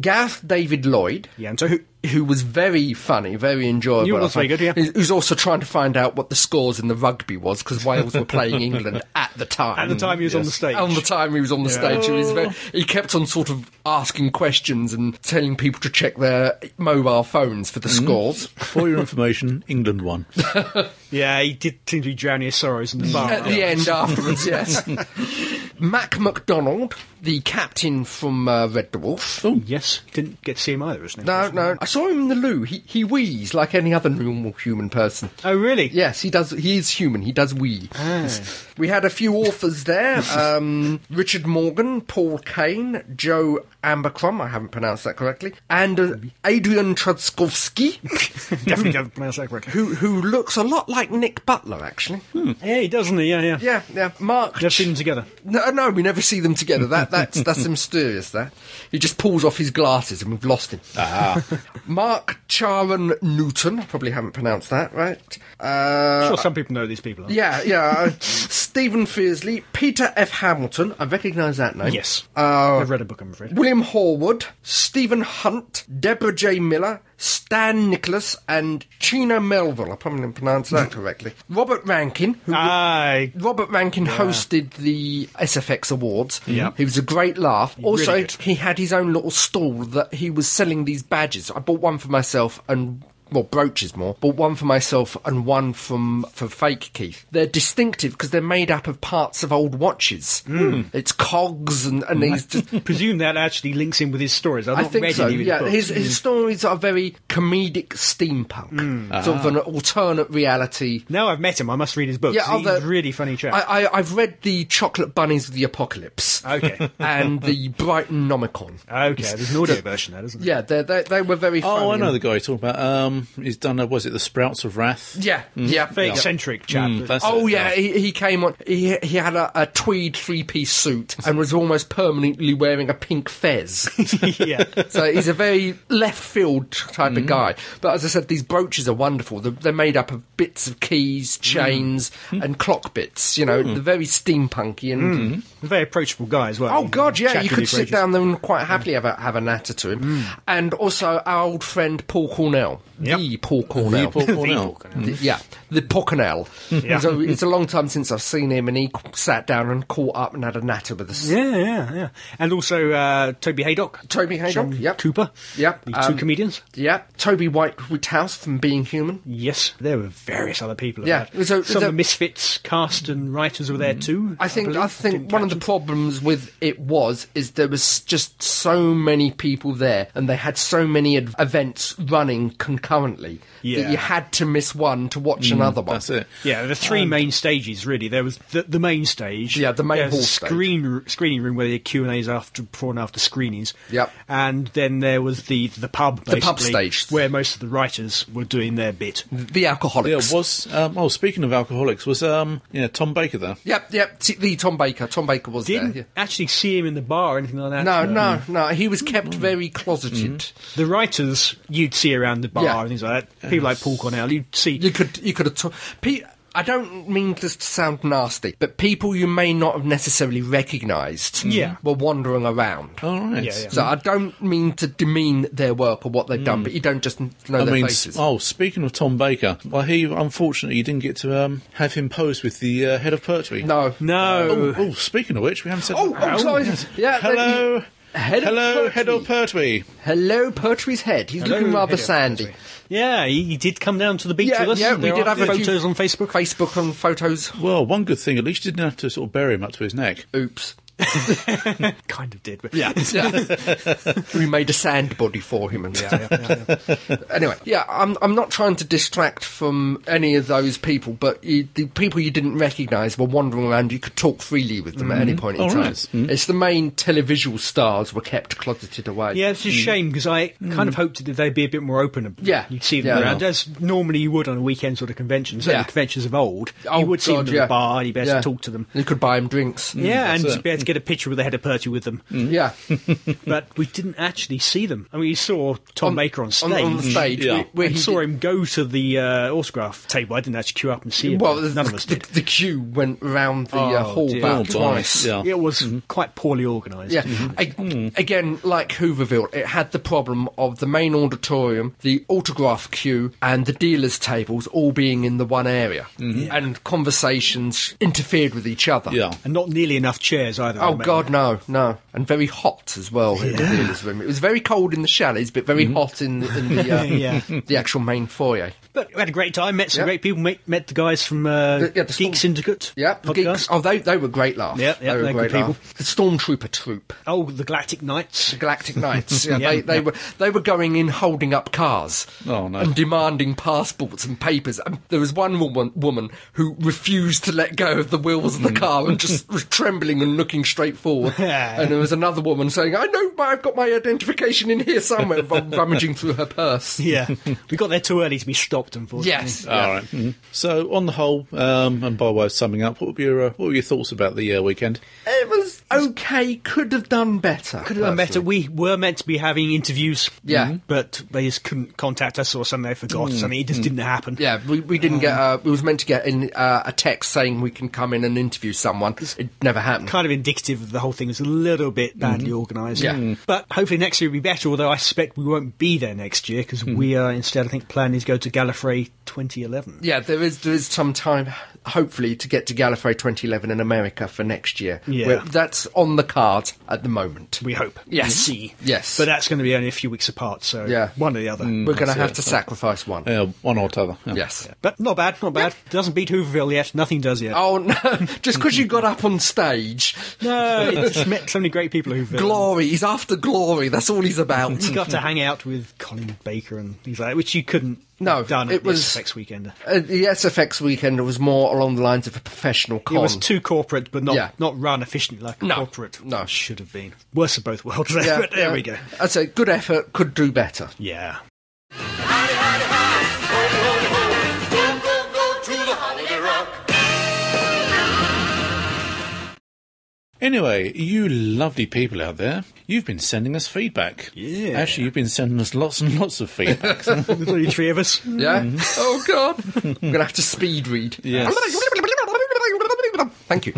Gareth David Lloyd, Mm-hmm, Yeah, and so who? who was very funny, very enjoyable. Yeah, I that's very found. good, yeah. Who's- Who's also trying to find out what the scores in the rugby was because Wales were playing England at the time. At the time he was on the stage. Oh. On the time he was on the stage, he, was very, he kept on sort of asking questions and telling people to check their mobile phones for the Mm-hmm. scores. For your information, England won. Yeah, he did seem to be drowning his sorrows in the bar. At the end afterwards, yes. Mac McDonald, the captain from uh, Red Dwarf. Yes. Didn't get to see him either, isn't he? No, no. I saw him in the loo. He he wheezes like any other normal human person. Oh, really? Yes, he does. He is human. He does wee. We had a few authors there: um, Richard Morgan, Paul Kane, Joe Ambercrom. I haven't pronounced that correctly, and uh, Adrian Trudzkowski, Definitely don't pronounce that correctly. who who looks a lot like Nick Butler, actually. Yeah, he does, doesn't he? Yeah, yeah. Yeah, yeah. Mark. They've seen them together. No, no, we never see them together. That that's that's mysterious. That he just pulls off his glasses and we've lost him. Ah. Mark Charon Newton. I probably haven't pronounced that right. Uh, Sure, some people know these people. Huh? Yeah, yeah. Stephen Fearsley, Peter F. Hamilton. I recognise that name. Yes. Uh, I've read a book, I'm afraid. William Horwood, Stephen Hunt, Deborah J. Miller, Stan Nicholas, and Chino Melville. I probably didn't pronounce that correctly. Robert Rankin, who Ah, Aye. Robert Rankin hosted the SFX Awards. Yeah. He was a great laugh. also, really good. he had his own little stall that he was selling these badges. I bought one for myself and. Well, brooches more. Bought one for myself and one from for fake Keith. They're distinctive because they're made up of parts of old watches. Hmm. It's cogs and, and these. Just, presume that actually links in with his stories. I've I not think read so. any of his Yeah, books. his, his stories are very comedic steampunk, Hmm. sort Ah. of an alternate reality Now I've met him, I must read his books. Yeah, He's other- a really funny chap. I, I, I've read the Chocolate Bunnies of the Apocalypse. Okay. and the Brighton Nomicon. okay, there's an audio version of that, isn't there? Yeah, they, they, they were very funny. Oh, I know and- the guy you're talking about. Um, he's done, uh, was it The Sprouts of Wrath? Yeah, yeah. Very yeah. eccentric chap. Mm, that's Oh it, yeah, he, he came on. He he had a, a tweed three piece suit and was almost permanently wearing a pink fez. yeah. so he's a very left field type Mm-hmm. of guy. But as I said, these brooches are wonderful. They're, they're made up of bits of keys, chains, Mm-hmm. and clock bits. You Mm. know, they're very steampunky and A very approachable guy as well. Oh He's God, yeah, chatted you could with sit Regis. down there and quite happily have a, have a natter to him. And also our old friend Paul Cornell, the Paul The Cornell. Paul Cornell. The- yeah, the Pocanel. So it's a long time since I've seen him, and he qu- sat down and caught up and had a natter with us. Yeah, yeah, yeah. And also uh, Toby Haydock, Toby Haydock, yep. Cooper. Yep, The um, two comedians. Yeah, Toby White Woodhouse from Being Human. Yes, there were various other people. Yeah, about. so- some so- of the misfits cast and writers were there too. I think I, believe. think Didn't one of catch the problems with it was is there was just so many people there, and they had so many ad- events running concurrently that Yeah. you had to miss one to watch another one. That's it. Yeah, there were three main stages really. There was the, the main stage. Um, Yeah, the main there was hall a stage. screen r- screening room where they had Q and A's after before and after screenings. Yep. And then there was the the pub The pub basically, stage. where most of the writers were doing their bit. The Yeah, alcoholics. was, um, oh, speaking of alcoholics, was, um, yeah, Tom Baker there? Yep, yep. t- The Tom Baker. Tom Baker was Didn't there. yeah. actually see him in the bar or anything like that. Mm-hmm. No, no, no. He was kept very closeted. The writers you'd see around the bar Yeah. and things like that. People like Paul Cornell, you'd see. You could, you could have. T- Pe- I don't mean this to sound nasty, but people you may not have necessarily recognised Yeah. Oh. were wandering around. All right. Yeah, yeah. So I don't mean to demean their work or what they've Mm. done, but you don't just know I their mean, faces. oh, speaking of Tom Baker, well, he unfortunately you didn't get to um, have him pose with the uh, head of Pertwee. no. Oh, No. oh, speaking of which, we haven't said. Oh, oh, sorry. Yeah, there- Hello. Head of Hello, Pertwee. head of Pertwee. Hello, Pertwee's head. He's Hello, looking rather head of sandy. Yeah, he, he did come down to the beach Yeah, with us. yeah, we There did are have a few- photos on Facebook. Facebook and photos. Well, one good thing, at least you didn't have to sort of bury him up to his neck. Oops. Kind of did. But yeah. we made a sand body for him. And yeah, anyway, yeah, I'm, I'm not trying to distract from any of those people, but you, the people you didn't recognise were wandering around. You could talk freely with them at Mm-hmm. any point in All time. right. Mhm. It's the main televisual stars were kept closeted away. Yeah, it's a shame because I kind of hoped that they'd be a bit more open. ab- Mm. Yeah. you'd see them Yeah. around as normally you would on a weekend sort of convention. Certainly Yeah. conventions of old, Oh, you would see God, them at yeah. the bar. and You'd be able Yeah. Mm, to talk to them. Mm-hmm. You could buy him drinks. yeah, that's and it. just be able to get a picture with the head of Perty with them. Yeah. but we didn't actually see them. I mean, we saw Tom Baker on stage. On, the stage. Yeah. where- where and he Mm-hmm. saw did- him go to the uh, autograph table. I didn't actually queue up and see him. Well, the, none of us the, did. the queue went round the uh, Oh, hall dear. back Oh, twice. boy. Yeah. It was quite poorly organised. Mm-hmm. Yeah. Ag- Mm. Again, like Hooverville, it had the problem of the main auditorium, the autograph queue, and the dealers' tables all being in the one area, Mm-hmm. and conversations interfered with each other. Yeah. and not nearly enough chairs either. I Oh remember. God, no, no, and very hot as well in the dealers' room. It was very cold in the chalets, but very hot in, in the uh, Mm-hmm. Yeah. the actual main foyer. But we had a great time. Met some Yeah. great people. Met, met the guys from uh, The- yeah, the Geek Storm- Syndicate. Yeah, the podcast. geeks. Oh, they they were great laugh. Yeah, yeah, they were they're great good people. laugh. The stormtrooper troop. Oh, the Galactic Knights. the Galactic Knights. Yeah, Yeah. they, they were they were going in holding up cars Oh, no. and demanding passports and papers. And there was one woman, woman who refused to let go of the wheels Hmm. of the car and just was trembling and looking straight forward. Yeah. and there was another woman saying, "I know, but I've got my identification in here somewhere," rum- rummaging through her purse. Yeah, we got there too early to be stopped, unfortunately. Yes. All right. Mhm. So, on the whole, um, and by way of summing up, what were your uh, what were your thoughts about the uh, weekend? It was okay. Could have done better. Could have done better. We were meant to be having interviews, Yeah. Mm. mm, but they just couldn't contact us, or something they forgot, or something. It just didn't happen. Yeah, we, we didn't Mm. get. Uh, we was meant to get in uh, a text saying we can come in and interview someone. It never happened. Kind of indicative of the whole thing was a little bit badly organised. Mm-hmm. Yeah. Mm. But hopefully next year will be better, although I suspect we won't be there next year because Mm-hmm. we are instead, I think, planning to go to Gallifrey 2011. Yeah, there is there is some time, hopefully, to get to Gallifrey 2011 in America for next year. Yeah. We're- that's on the card at the moment. We hope. Yes. We'll see. Yes. But that's going to be only a few weeks apart, so Yeah. Mm. one or the other. We're going to have to sacrifice one. Uh, one or t'other. Yeah. Yes. But not bad, not bad. Doesn't beat Hooverville yet. Nothing does yet. Oh no! Just because you got up on stage, No, it just met so many great people at Hooverville. glory. He's after glory. That's all he's about. You got to hang out with Colin Baker and things like that, which you couldn't No, have done it at was- this next weekend. Uh, the SFX weekend was more along the lines of a professional con. It was too corporate, but not Yeah. not run efficiently like a No, corporate no. should have been. Worst of both worlds. Yeah, but there yeah. we go. I'd say good effort could do better. Yeah. Anyway, you lovely people out there, you've been sending us feedback. Yeah. Actually, you've been sending us lots and lots of feedback. There's only three of us. Yeah. Oh God. I'm going to have to speed read. Yes. Thank you.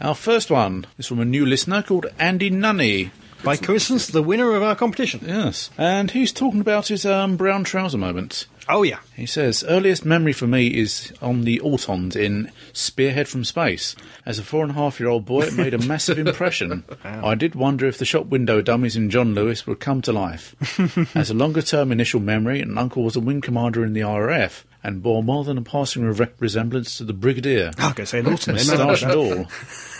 Our first one is from a new listener called Andy Nunny. By coincidence, the winner of our competition. Yes. And he's talking about his um, brown trouser moment. Oh, yeah. He says, earliest memory for me is on the Autons in Spearhead from Space. As a four and a half year old boy, it made a massive impression. I did wonder if the shop window dummies in John Lewis would come to life. As a longer term initial memory, an uncle was a wing commander in the RAF and bore more than a passing re- resemblance to the Brigadier. I was going to say an autumn. then, Moustache and no, no. all.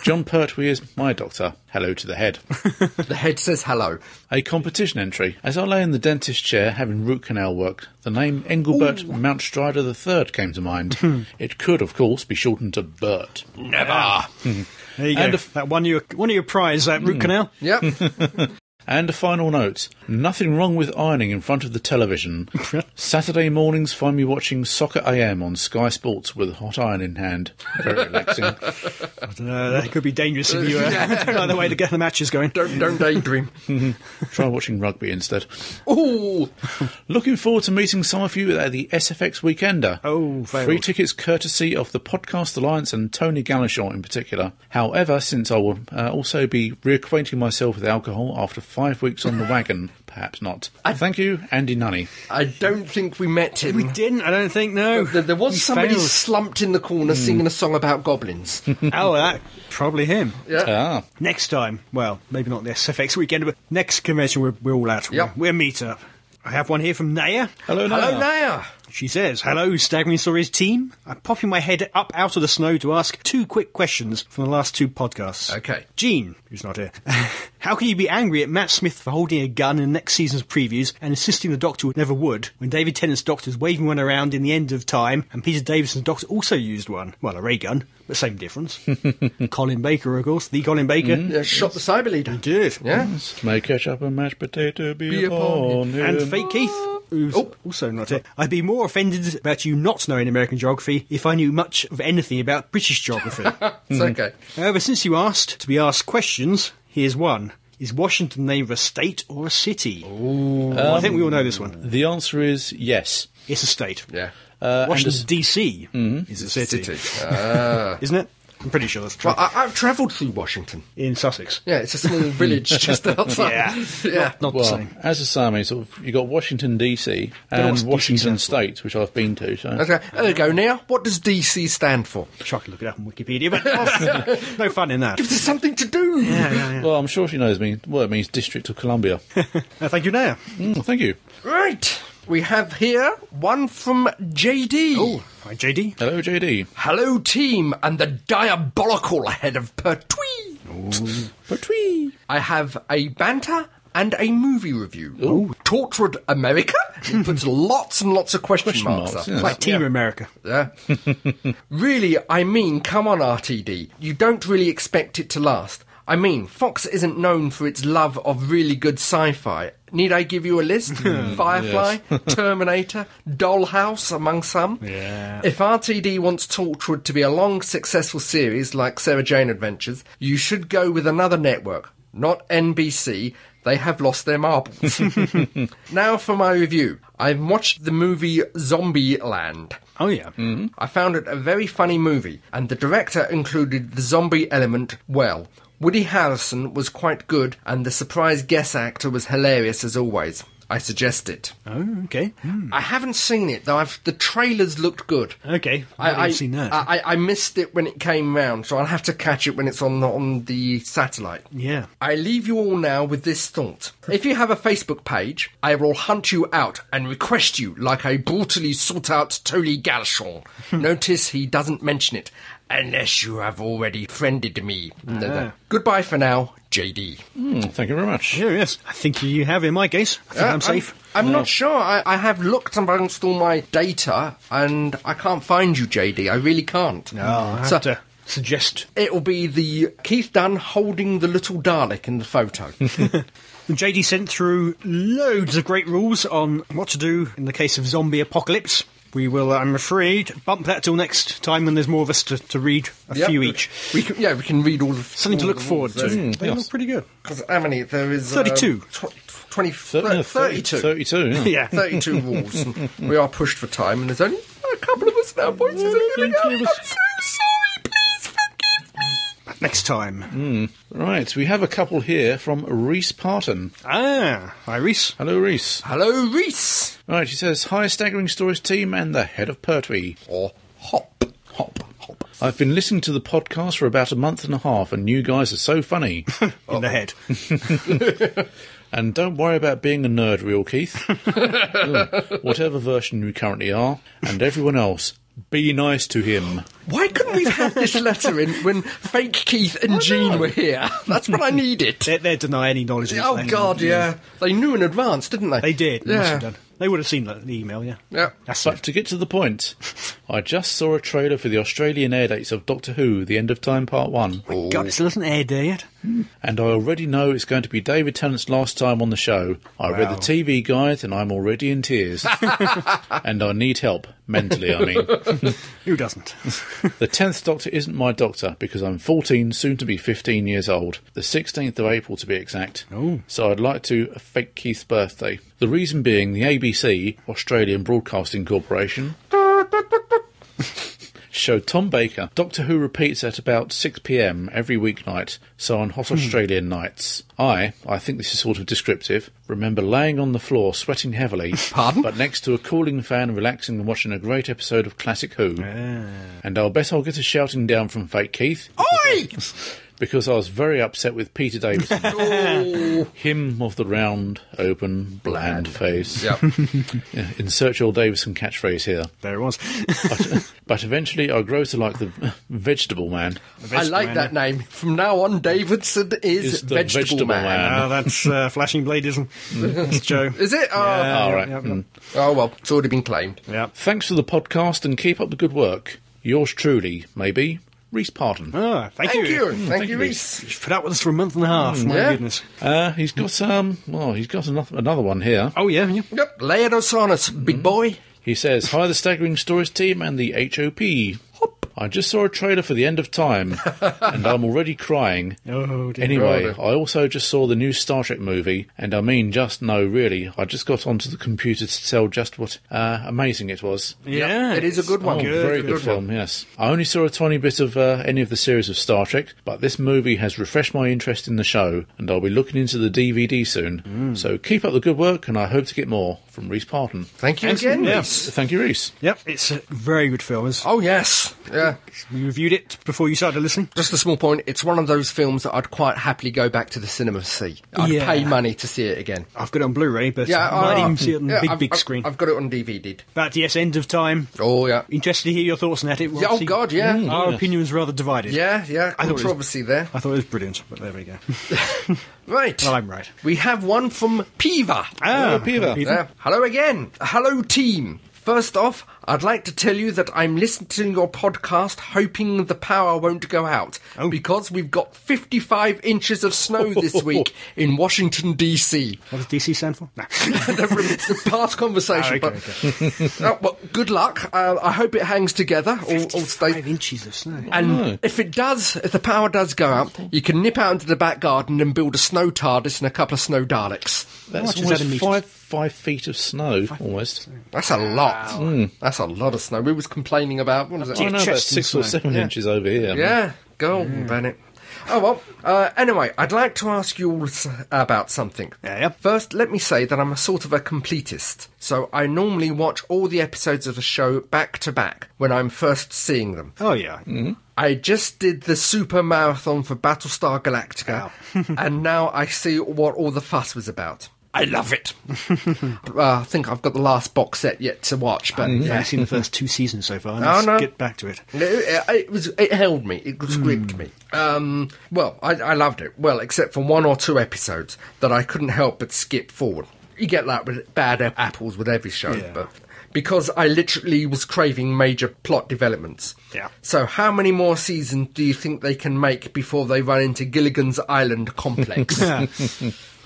John Pertwee is my doctor. Hello to the head. The head says hello. A competition entry. As I lay in the dentist chair having root canal work, the name Engelbert Mountstrider III came to mind. it could, of course, be shortened to Bert. There you And go. if- that won you, a- won you a prize, that root canal. Yep. And a final note nothing wrong with ironing in front of the television. Saturday mornings find me watching Soccer AM on Sky Sports with a hot iron in hand. Very relaxing. I don't know, Uh, that could be dangerous if you uh, don't know the way to get the matches going. Don't don't daydream. Try watching rugby instead. Ooh, Looking forward to meeting some of you at the SFX Weekender. Oh, failed. free tickets courtesy of the Podcast Alliance and Tony Galashaw in particular. However, since I will uh, also be reacquainting myself with alcohol after five weeks on the wagon, perhaps not. Thank you, Andy Nunny. I don't think we met him. We didn't, I don't think, no. There, there was He somebody failed. Hmm. slumped in the corner singing a song about goblins. oh, that, probably him. Uh, Ah, Next time, well, maybe not the SFX weekend, but next convention we're, we're all out. Yep. We're meet up. I have one here from Naya. hello, Naya. Hello, Naya. She says, Hello, Staggering Stories team. I'm popping my head up out of the snow to ask two quick questions from the last two podcasts. Okay. Gene, who's not here, how can you be angry at Matt Smith for holding a gun in next season's previews and insisting the Doctor never would, when David Tennant's Doctor's waving one around in the end of time and Peter Davison's Doctor also used one? Well, a ray gun, but same difference. Colin Baker, of course, the Colin Baker. Yeah, shot the cyber leader. Did. Mm. Yeah. May ketchup and mashed potato be, Be upon upon him. And Fake Keith, Um, who's also not it. I'd be more offended about you not knowing American geography if I knew much of anything about British geography. It's okay. However, since you asked to be asked questions, here's one. Is Washington named a state or a city? I think we all know this one. The answer is yes. It's a state. Yeah. Washington, D.C. is a city. Isn't it? I'm pretty sure that's true. Ah. Well, I, I've travelled through Washington. In Sussex. Yeah, it's a small village just outside. Yeah. yeah. Not the Well, same. as a Sami, sort of, you got Washington DC and what's DC Washington stands for? State, which I've been to. So. Okay, there you go. Now, what does DC stand for? Try to look it up on Wikipedia, but no fun in that. There's something to do. Well, I'm sure she knows me. Well, it means District of Columbia. Uh, thank you, Naya. Mm, thank you. Right. We have here one from JD. Oh. Hi, JD. Hello, JD. Hello, team, and the diabolical head of Pertwee. Patwee. I have a banter and a movie review. Oh. Tortured America? It puts lots and lots of question, Question marks, marks, up. yes. Like Team America. Yeah. really, I mean, come on, RTD. You don't really expect it to last. I mean, Fox isn't known for its love of really good sci fi. Need I give you a list? Firefly, Terminator, Dollhouse, among some. Yeah. If RTD wants Torchwood to be a long, successful series like Sarah Jane Adventures, you should go with another network, not NBC. They have lost their marbles. now for my review. I've watched the movie Zombie Land. Oh, yeah. I found it a very funny movie, and the director included the zombie element well. Woody Harrison was quite good, and the surprise guest actor was hilarious as always. I suggest it. Oh, okay. Hmm. I haven't seen it though. I've, the trailers looked good. Okay. I, I, haven't I, seen that. I, I- I missed it when it came round, so I'll have to catch it when it's on the, on the satellite. yeah. I leave you all now with this thought. If you have a Facebook page, I will hunt you out and request you like I brutally sought out Tony Galshon. Notice he doesn't mention it unless you have already friended me. No, no. Ah. Goodbye for now, JD. Mm, thank you very much. Yeah, yes. I think you have in my case. I think Uh, I'm safe. I'm, not sure. I, I have looked amongst all my data and I can't find you, JD. I really can't. No, I'll have to suggest. It will be the Keith Dunn holding the little Dalek in the photo. JD sent through loads of great rules on what to do in the case of zombie apocalypse. We will, I'm afraid, bump that till next time when there's more of us to, to read a Yep. few each. We can, yeah, we can read all of Something to all look the forward rules to. there. Mm, they look pretty good. Because how many? There is uh, 32. tw- 20, Thir- thir- no, 32. 32, yeah. Yeah. 32 rules. And we are pushed for time, and there's only a couple of us now, boys. Is it gonna go? I'm so sorry, please forgive me. Next time. Right, we have a couple here from Reese Parton. Ah, hi, Reese. Hello, Reese. Hello, Reese. Right, she says, Hi, Staggering Stories team and the head of Pertwee. Or hop. Hop, hop. I've been listening to the podcast for about a month and a half, and you guys are so funny. In the head. and don't worry about being a nerd, real Keith. Mm, Whatever version you currently are, and everyone else, be nice to him. Why couldn't we have this letter in when fake Keith and Jean were here? That's what I needed. They're, they're deny any knowledge of this oh, letter. God, yeah. They knew in advance, didn't they? They did. They must have Yeah. done. They would have seen the the email, yeah. Yeah. That's But it. to get to the point, I just saw a trailer for the Australian air dates of Doctor Who, The End of Time Part 1, God, it still isn't aired there yet. and I already know it's going to be David Tennant's last time on the show. I read the TV guide and I'm already in tears. and I need help, mentally, I mean. Who doesn't? The 10th Doctor isn't my doctor because I'm 14, soon to be 15 years old, the 16th of April to be exact. So I'd like to fake Keith's birthday. The reason being the ABC, Australian Broadcasting Corporation, showed Tom Baker. Doctor Who repeats at about 6 pm every weeknight, so on hot Australian nights. I, I think this is sort of descriptive, remember laying on the floor sweating heavily, Pardon? but next to a cooling fan, relaxing and watching a great episode of Classic Who. And I'll bet I'll get a shouting down from Fake Keith Oi! because I was very upset with Peter Davison. Oh! Him of the round, open, bland face. Yeah. Yeah, Insert your Davison catchphrase here. There it was. But eventually I grow to like the vegetable man. I like that name. From now on, Davidson is, Is the vegetable, vegetable man. Oh. man. Ah, that's uh, flashing bladism. Mm. That's Joe. Is it? Oh, Yeah, All yeah, right. yeah, Mm. oh well, it's already been claimed. Yeah. Thanks for the podcast and keep up the good work. Yours truly, maybe, Reese Pardon. Ah, thank, Thank you, you. thank, you, Reese. You've put up with us for a month and a half. My Mm. yeah. goodness. Uh, he's got um, well, he's got another, another one here. Oh yeah, yeah. Yep, lay it us on us, Mm-hmm. big boy. He says, Hi, the Staggering Stories team and the HOP. Hop. I just saw a trailer for The End of Time, and I'm already crying. Oh dear. Anyway, God. I also just saw the new Star Trek movie, and I mean just no, really. I just got onto the computer to tell just what uh, amazing it was. yeah, it is a good one. Oh, very good, film, yes. I only saw a tiny bit of uh, any of the series of Star Trek, but this movie has refreshed my interest in the show, and I'll be looking into the DVD soon. So keep up the good work, and I hope to get more from Reese Parton. Thank you Excellent, again, yeah. Reese. Thank you, Reese. Yep, it's a very good film. It's- Oh yes, yeah. We reviewed it before you started listening. Just a small point. It's one of those films that I'd quite happily go back to the cinema to see. I'd Yeah. pay money to see it again. I've got it on Blu-ray, but Yeah, I might oh, even see it on the yeah, big, I've- big I've- screen. I've got it on DVD. But yes, end of time. Oh yeah, Interested to hear your thoughts on that. It was Yeah, oh, obviously- God, yeah. Mm, Our opinions were rather divided. yeah, yeah. I thought it was- Controversy there. I thought it was brilliant, but there we go. Right. well, I'm right. We have one from Piva. Ah, Peter. Peter. Yeah. Hello again. Hello, team. First off, I'd like to tell you that I'm listening to your podcast hoping the power won't go out Oh. because we've got 55 inches of snow this week in Washington, D.C. What does DC stand for? Nah. the past conversation. Ah, but, Oh, well, good luck. Uh, I hope it hangs together. All, all stays. Five inches of snow. And if it does, if the power does go out, you can nip out into the back garden and build a snow TARDIS and a couple of snow Daleks. That's much is almost that in metres? five five feet of snow, almost. That's a lot. That's a lot of snow. We was complaining about what was it? I know about chest in six or snow. seven inches over here. Yeah, go on, Bennett. Oh well. Uh, anyway, I'd like to ask you all s- about something. Yeah, yeah. First, let me say that I'm a sort of a completist, so I normally watch all the episodes of the show back to back when I'm first seeing them. Oh yeah. I just did the super marathon for Battlestar Galactica, and now I see what all the fuss was about. I love it. uh, I think I've got the last box set yet to watch, but Yeah, I've seen the first two seasons so far. I Oh, must no. get back to it. No, It, it was. It held me. It gripped Hmm. me. Um, well, I, I loved it. Well, except for one or two episodes that I couldn't help but skip forward. You get that with bad ap- apples with every show, Yeah. but because I literally was craving major plot developments. Yeah. So, how many more seasons do you think they can make before they run into Gilligan's Island complex?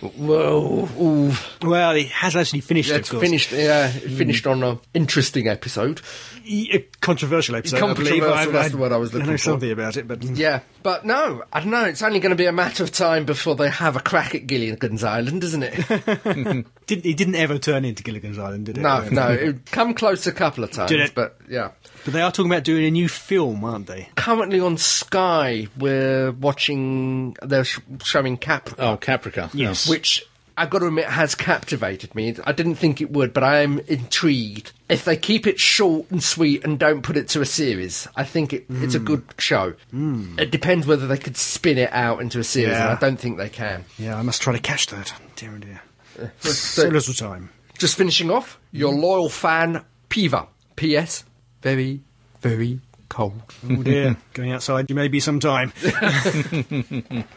Whoa! Ooh. Well, it has actually finished. Yeah, of it's course. finished. Yeah, it finished on an interesting episode. A controversial episode. I believe. Controversial, I- that's I- the word I was I know looking for. something about it, but Yeah, but no, I don't know. It's only going to be a matter of time before they have a crack at Gilligan's Island, isn't it? didn't, it didn't ever turn into Gilligan's Island, did it? No, no, it come close a couple of times, Did it? but yeah. But they are talking about doing a new film, aren't they? Currently on Sky, we're watching. They're sh- showing Cap, Oh, Caprica. Yes. which I've got to admit has captivated me. I didn't think it would, but I am intrigued. If they keep it short and sweet and don't put it to a series, I think it, it's Hmm. a good show. It depends whether they could spin it out into a series, Yeah. and I don't think they can. Yeah, I must try to catch that. Dear and dear. So- So little time. Just finishing off, your loyal fan, Piva. P.S. Very, very cold. Oh dear, going outside, you may be some time.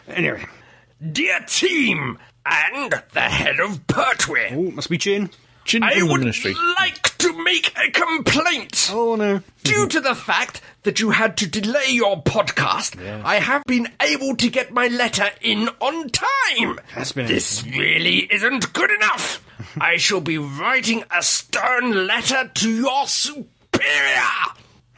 anyway, Dear team and the head of Pertwee. oh, must be Chin. Gin I from the would ministry. like to make a complaint. Oh no. Due to the fact that you had to delay your podcast, I have been able to get my letter in on time. That's been this really isn't good enough. I shall be writing a stern letter to your superior.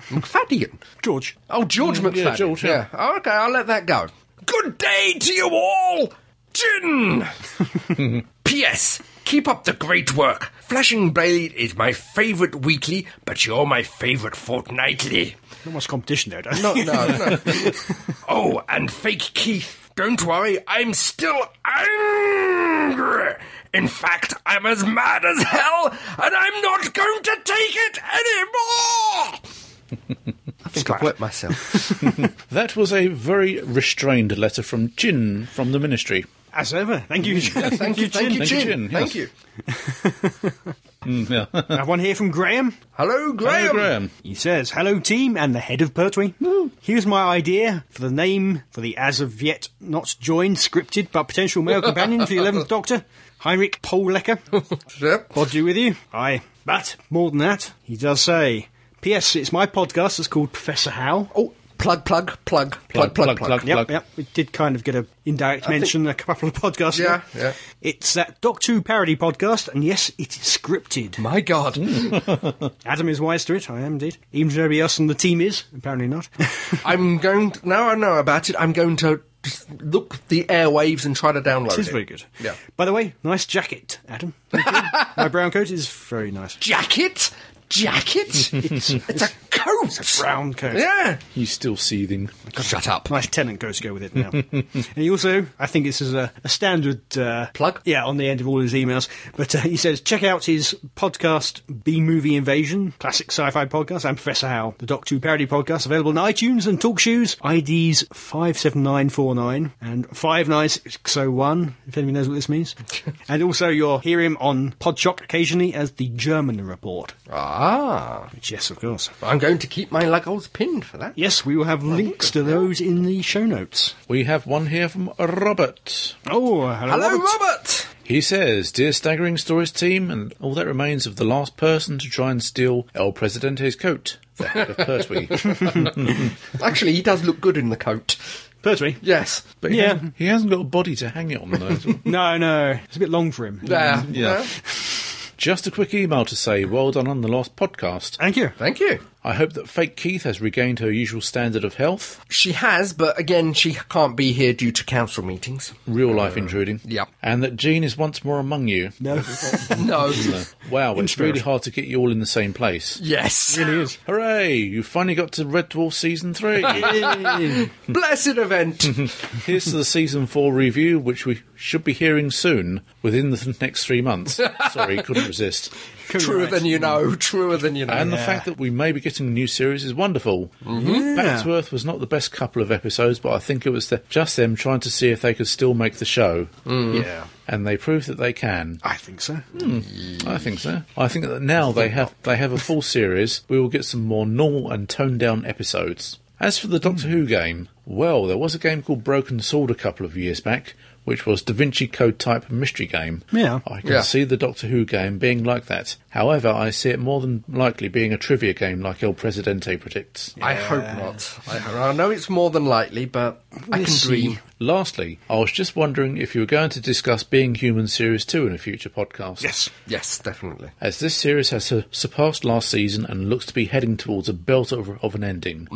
McFadden. George. Oh, George McFadden. Mm, yeah, George, yeah. Oh, okay, I'll let that go. Good day to you all. Gin. P.S. Keep up the great work. Flashing Blade is my favourite weekly, but you're my favourite fortnightly. Not much competition there, don't No, no, no. oh, and fake Keith. Don't worry, I'm still angry. In fact, I'm as mad as hell, and I'm not going to take it anymore. I think I've wet myself. That was a very restrained letter from Jin from the ministry. As ever. Thank you. Thank you, thank Thank you, you, Jin. Jin, Thank yes. you. Mm, yeah. I have one here from Graham. Hello, Graham. Hello, Graham. He says, Hello, team, and the head of Pertwee. Here's my idea for the name for the as of yet not joined, scripted, but potential male companion to the 11th Doctor, Heinrich Polecker. Yep. Bodgy with you? Aye. But, more than that, he does say, P.S. It's my podcast that's called Professor How. Oh, plug, plug, plug, plug, plug, plug. Yep, plug. yep. We did kind of get a indirect mention a couple of podcasts. Yeah, ago. yeah. It's that Doctor Who parody podcast, and yes, it is scripted. My God. Adam is wise to it. I am indeed. Even though nobody else on the team is. Apparently not. I'm going to, now I know about it, I'm going to just look the airwaves and try to download it it. is very good. Yeah. By the way, nice jacket, Adam. Thank you. My brown coat is very nice. Jacket? Jacket? it's, a coat. It's Brown coat. Yeah. He's still seething. Shut up. Nice tenant goes to go with it now. and he also, I think this is a, a standard uh, Plug? Yeah, on the end of all his emails. But uh, he says, check out his podcast, B Movie Invasion, classic sci fi podcast, and Professor Howe, the Doc 2 parody podcast, available on iTunes and Talkshoes, IDs 57949 and 59601, if anybody knows what this means. and also, you'll hear him on Podshock occasionally as the German Report, Ah. which, yes, of course. I'm going to keep my leggings pinned for that. Yes, we will have links to those in the show notes. We have one here from Robert. Oh, Hello, Robert. He says, Dear Staggering Stories team, and all that remains of the last person to try and steal El Presidente's coat, the head of Pertwee. Actually, he does look good in the coat. Pertwee. Yes. But he, Yeah. hasn't, he hasn't got a body to hang it on, though. No, no, it's a bit long for him. There. yeah. There. Just a quick email to say, well done on the last podcast. Thank you. Thank you. I hope that fake Keith has regained her usual standard of health, She has, but again, she can't be here due to council meetings. real life intruding, yep. and that Jean is once more among you. No, No. Wow, it's really hard to get you all in the same place. yes. is. Hooray! You finally got to Red Dwarf Season 3! Blessed event. Here's to the Season 4 review, which we should be hearing soon, within the next three months. Sorry, couldn't resist. truer than you know. Truer than you know. And the fact that we may be getting a new series is wonderful. Back to Earth was not the best couple of episodes, but I think it was the, just them trying to see if they could still make the show. Yeah, And they proved that they can. I think so. I think so. I think that now they have they have a full series. We will get some more normal and toned down episodes. As for the Doctor Who game, well, there was a game called Broken Sword a couple of years back, which was Da Vinci Code type mystery game. Yeah. I can Yeah. see the Doctor Who game being like that. However, I see it more than likely being a trivia game like El Presidente predicts. I hope not. I, hope- I know it's more than likely, but I We'll can see. dream. Lastly, I was just wondering if you were going to discuss Being Human Series 2 in a future podcast. Yes. Yes, definitely. as this series has su- surpassed last season and looks to be heading towards a belt of, of an ending.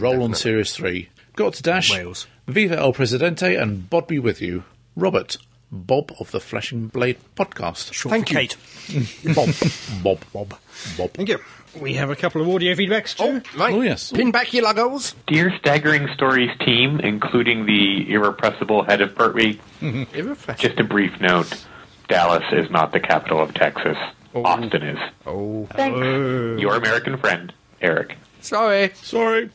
Roll on Series 3. Got to Dash, Wales. Viva El Presidente, and Bod be with you. Robert, Bob of the Flashing Blade podcast. Short Thank for you. Kate. Bob, Bob, Bob, Bob. Thank you. We have a couple of audio feedbacks too. Right. Oh, yes. Pin back your luggles. Dear Staggering Stories team, including the irrepressible head of Pertwee, just a brief note. Dallas is not the capital of Texas. Austin is. Oh, Thanks. Your American friend, Eric. sorry. Sorry.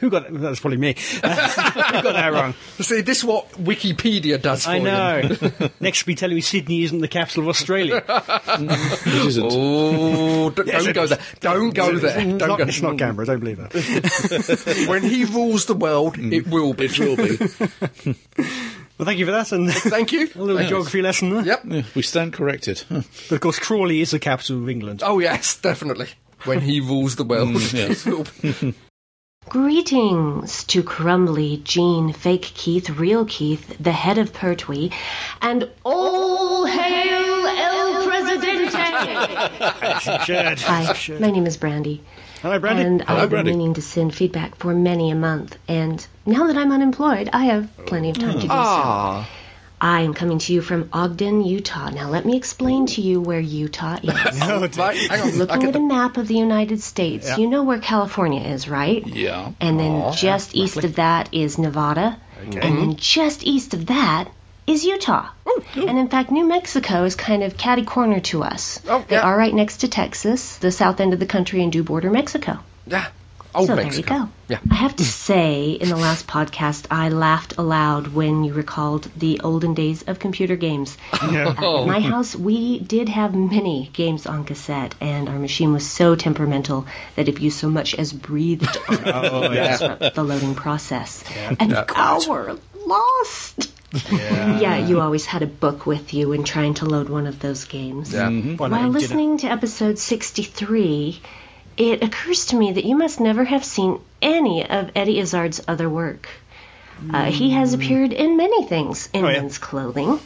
Who got that? That's probably me. Who got that wrong? See, this is what Wikipedia does for I you. know. Next, we tell you Sydney isn't the capital of Australia. It isn't. Oh, d- Yes, don't it go is. there. Don't go there. Don't It's not, go. it's not Canberra. Don't believe that. Mm. When he rules the world, it will be. It will be. Well, thank you for that, and Thank you. a little Yes. geography lesson there. Yep. Yeah, we stand corrected. Huh. But of course, Crawley is the capital of England. Oh, yes, definitely. When he rules the world. Mm, yes. it will be- Greetings to Crumbly, Jean, Fake Keith, Real Keith, the head of Pertwee, and all hail El Presidente! Shared. Hi, Shared. my name is Brandy, Hello, Brandy. and Hello, I've been Brandy. meaning to send feedback for many a month, and now that I'm unemployed, I have plenty of time to do so. ah, I am coming to you from Ogden, Utah. Now let me explain to you where Utah is. Oh, dear. right. Hang on. I Looking get at a the- map of the United States, you know where California is, right? Yeah. And then just east of that is Nevada. And then just east of that is Utah. Oh, And in fact, New Mexico is kind of catty corner to us. Oh, They yeah. are right next to Texas, the south end of the country, and do border Mexico. yeah. Oh, Old so Mexico. there you go. Yeah. I have to say, in the last podcast, I laughed aloud when you recalled the olden days of computer games. Uh, in my house, we did have many games on cassette, and our machine was so temperamental that if you so much as breathed on it, Oh, yeah. disrupt the loading process. An hour lost. Yeah. you always had a book with you when trying to load one of those games. Yeah. Well, I While did it. listening to episode 63, it occurs to me that you must never have seen any of Eddie Izzard's other work. Uh, he has appeared in many things in Mm. Oh, yeah. men's clothing.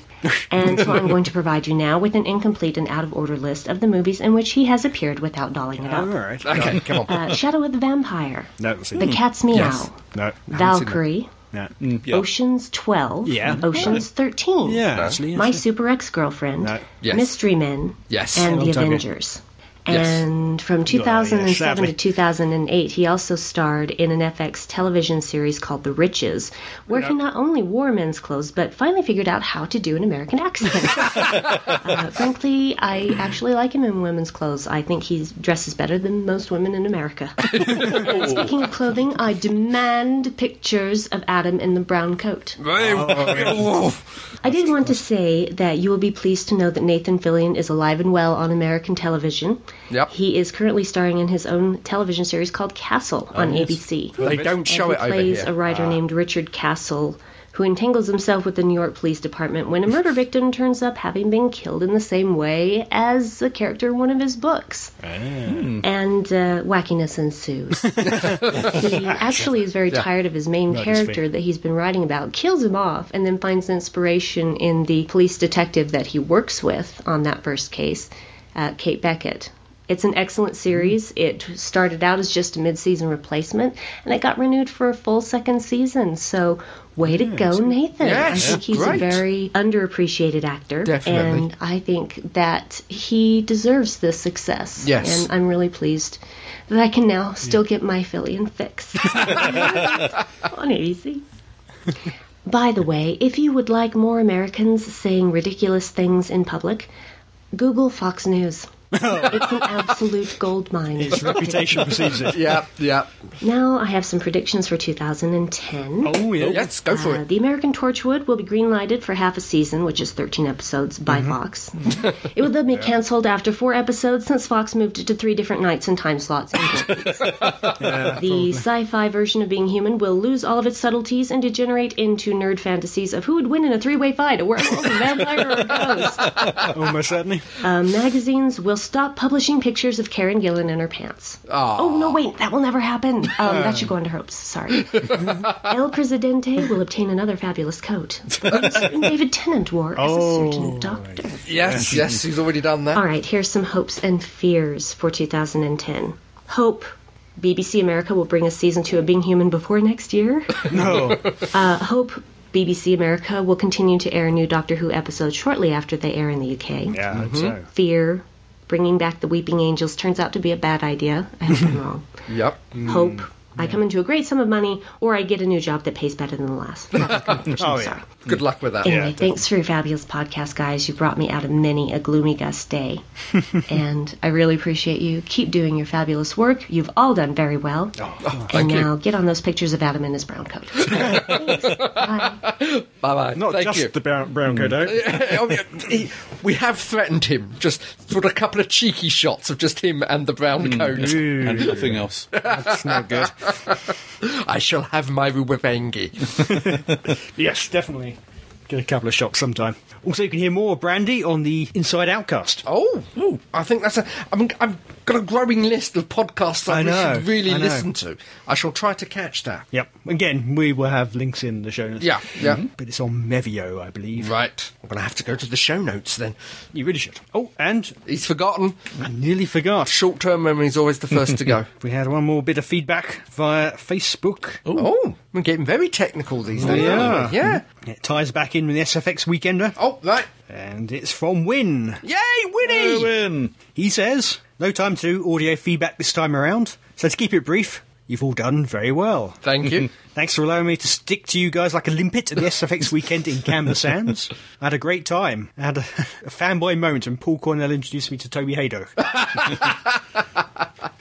and so I'm going to provide you now with an incomplete and out of order list of the movies in which he has appeared without dolling it All up. right. Okay, come on. Uh, Shadow of the Vampire, No, that's The it. Cat's Meow, No. Valkyrie, No. Yeah. Oceans 12, Yeah. Oceans 13, Yeah, actually. My yes. Super Ex Girlfriend, No. Yes. Mystery Men, Yes. and Long The time ago. Avengers. Yes. And from 2007 sadly. to 2008, he also starred in an FX television series called The Riches, where he not only wore men's clothes, but finally figured out how to do an American accent. uh, frankly, I actually like him in women's clothes. I think he dresses better than most women in America. Speaking of clothing, I demand pictures of Adam in the brown coat. Oh, I did want to say that you will be pleased to know that Nathan Fillion is alive and well on American television. Yep. He is currently starring in his own television series called Castle on ABC. They don't show he it over plays here. a writer named Richard Castle who entangles himself with the New York Police Department when a murder victim turns up having been killed in the same way as the character in one of his books. And uh, wackiness ensues. he actually is very tired of his main Right, it's character fair. that he's been writing about, kills him off, and then finds inspiration in the police detective that he works with on that first case, uh, Kate Beckett. It's an excellent Mm-hmm. series. It started out as just a mid-season replacement, and it got renewed for a full second season. So, way to go, Nathan! Yes, I think he's great. a very underappreciated actor, Definitely. and I think that he deserves this success. Yes. and I'm really pleased that I can now still get my Fillion fix on ABC. By the way, if you would like more Americans saying ridiculous things in public, Google Fox News. it's an absolute gold mine. Its reputation precedes it. Yeah, yeah. Now I have some predictions for 2010. Oh, yeah. Yes, go for Uh, it. the American Torchwood will be greenlighted for half a season, which is 13 episodes by Fox. it will then be canceled after four episodes since Fox moved it to three different nights and time slots. in Netflix. the sci-fi version of Being Human will lose all of its subtleties and degenerate into nerd fantasies of who would win in a three-way fight, a werewolf, a vampire, or a ghost. Almost certainly. Um, magazines will stop publishing pictures of Karen Gillan in her pants. Oh, no, wait, that will never happen. Um, that should go under hopes. Sorry. El Presidente will obtain another fabulous coat. Certain David Tennant wore as a surgeon doctor. Yes, yes, he's already done that. All right, here's some hopes and fears for 2010. Hope. BBC America will bring us season two of Being Human before next year. Uh, No. Hope BBC America will continue to air new Doctor Who episodes shortly after they air in the UK Yeah, I hope so. fear bringing back the weeping angels turns out to be a bad idea. I hope I'm wrong. Yep. Mm. Hope I come into a great sum of money or I get a new job that pays better than the last. Oh, sorry. yeah. Good luck with that. Anyway, thanks for your fabulous podcast, guys. You brought me out of many a gloomy gust day. and I really appreciate you. Keep doing your fabulous work. You've all done very well. and Oh, thank you. now get on those pictures of Adam in his brown coat. Thanks. Bye. Bye bye. Not Thank just you. the brown, brown coat, though. Oh, yeah, he- we have threatened him just for a couple of cheeky shots of just him and the brown Mm. coat. And nothing else. That's not good. I shall have my Ruwavengi. Yes, definitely. Get a couple of shots sometime. Also, you can hear more of Brandy on the Inside Outcast. Oh, I think that's a. I mean, I've got a growing list of podcasts that I we know, should really I know. listen to. I shall try to catch that. Yep. Again, we will have links in the show notes. Yeah, yeah. Mhm. But it's on Mevio, I believe. Right. I'm going to have to go to the show notes then. You really should. Oh, and He's forgotten. I nearly forgot. Short term memory is always the first to go. We had one more bit of feedback via Facebook. Oh, we're getting very technical these days. yeah. Mm-hmm. aren't we? Yeah. It ties back in with the SFX Weekender, Oh, right. and it's from Win. Yay, Winnie! Win. He says, No time to do audio feedback this time around, so to keep it brief, you've all done very well. Thank you. Thanks for allowing me to stick to you guys like a limpet at the SFX weekend in Canberra Sands. I had a great time. I had a, a fanboy moment, and Paul Cornell introduced me to Toby Hado.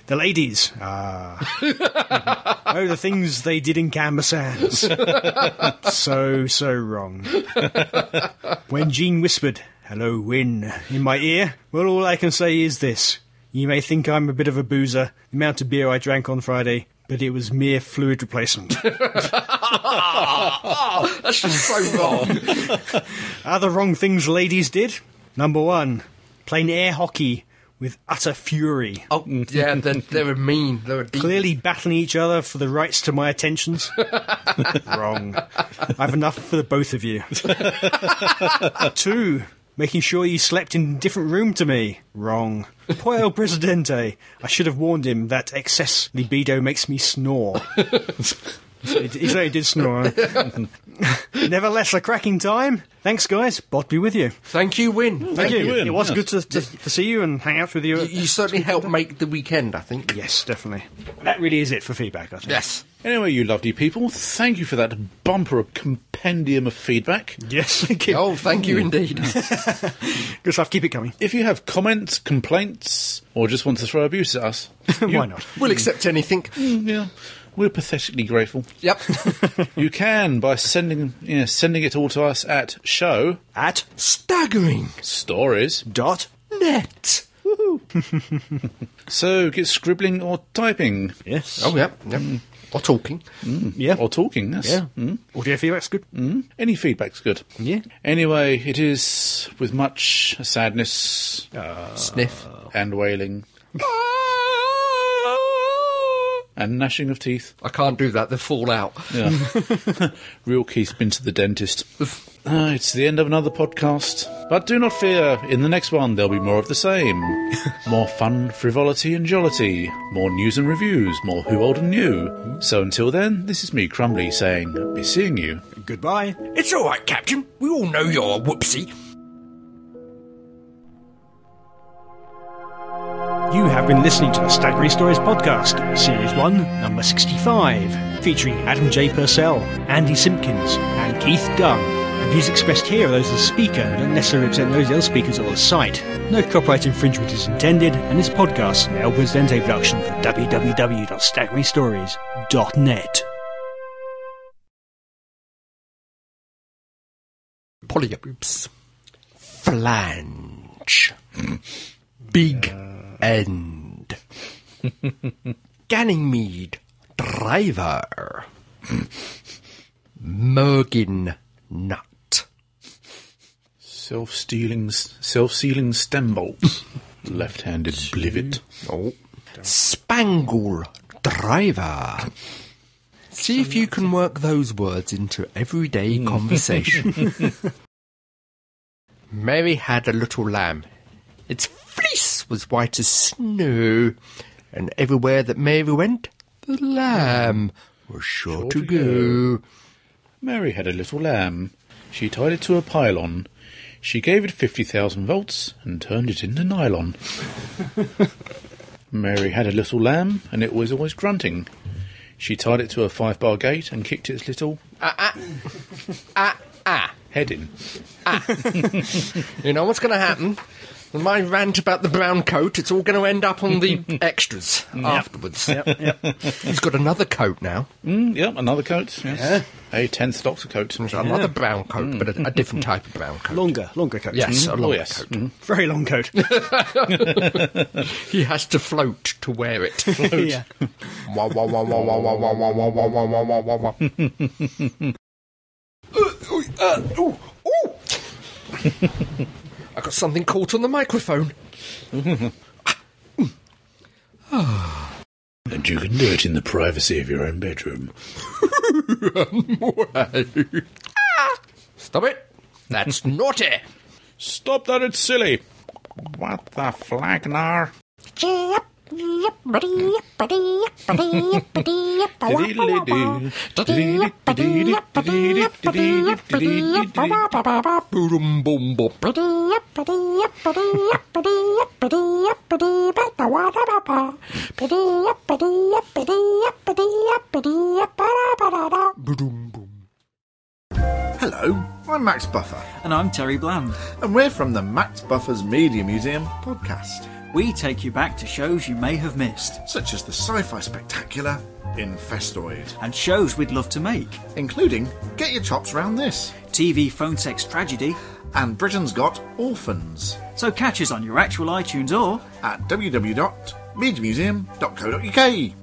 the ladies. Ah. oh, the things they did in Canberra Sands. so, so wrong. when Jean whispered, Hello, Win, in my ear, well, all I can say is this. You may think I'm a bit of a boozer, the amount of beer I drank on Friday, but it was mere fluid replacement. Oh, that's just so wrong. Other wrong things ladies did. Number one, playing air hockey with utter fury, oh, yeah, they're, they're mean. They're deep. clearly battling each other for the rights to my attentions. wrong. I've enough for the both of you. Two, making sure you slept in a different room to me. Wrong. Poor El Presidente. I should have warned him that excess libido makes me snore. He d- he said he did snore. Nevertheless, a cracking time. Thanks, guys. Bod be with you. Thank you, Win. Thank you. Ian. It was good to, to, to see you and hang out with you. You, you certainly helped make the weekend, I think. yes, definitely. That really is it for feedback, I think. Yes. Anyway, you lovely people, thank you for that bumper of compendium of feedback. Yes, Oh, thank you indeed. Good stuff. Keep it coming. If you have comments, complaints, or just want to throw abuse at us, Why not? we'll accept anything. yeah, we're pathetically grateful. Yep. You can by sending yeah, sending it all to us at show At Staggering. stories. dot. Net. So get scribbling or typing Yes. Oh, yep. yep. Or talking. yeah. Mm. or talking. Yes. Hmm. yeah. Audio feedback's good. Any feedback's good. Yeah. Anyway, it is with much sadness Sniff. Oh. and wailing and gnashing of teeth. I can't do that. They fall out. Real Keith's been to the dentist. Ah, it's the end of another podcast. But do not fear, in the next one there'll be more of the same. more fun, frivolity, and jollity. More news and reviews, more who old and new. So until then, this is me, Crumbly, saying, be seeing you. Goodbye. It's all right, Captain. We all know you're a whoopsie. You have been listening to the Staggering Stories podcast, series one, number sixty-five, featuring Adam J. Purcell, Andy Simpkins, and Keith Dunn. The views expressed here are those of the speaker and don't necessarily represent those of the other speakers or the site. No copyright infringement is intended, and this podcast is an El Presidente production for www.staggeringstories.net. Polyps. Flange. Big end. Ganymede. Driver. Mm. Mergin nut. Self-stealing, s- self-sealing stem bolts. Left-handed blivet. Oh. Spangle driver. See if you can work those words into everyday conversation. Mary had a little lamb. Its fleece was white as snow, and everywhere that Mary went, the lamb was sure, to, to go. Mary had a little lamb. She tied it to a pylon. She gave it 50,000 volts and turned it into nylon. Mary had a little lamb, and it was always grunting. She tied it to a five bar gate and kicked its little head in. You know what's going to happen? With My rant about the brown coat, it's all going to end up on the extras afterwards. He's got another coat now. Mm, yep, another coat. Yes. A tenth doctor coat. It's another brown coat, but a, a different type of brown coat. Longer, longer coat. Yes, a Oh, long yes. coat. Mm. Very long coat. He has to float to wear it. yeah. Wah, wah, wah, wah, wah, wah, wah, wah, wah, wah, wah, wah, wah, wah. Uh, oh, uh, oh, I got something caught on the microphone. And you can do it in the privacy of your own bedroom. Stop it. That's naughty. Stop that, it's silly. What the flagnar? Boom, boom, boom. Hello, I'm Max Buffer, And I'm Terry Bland. and we're from the Max Buffer's Media Museum podcast, We take you back to shows you may have missed such as the sci fi spectacular Infestoid, and shows we'd love to make. including Get Your Chops Round This TV phone sex tragedy. and Britain's Got Orphans So catch us on your actual iTunes or at www.mediamuseum.co.uk.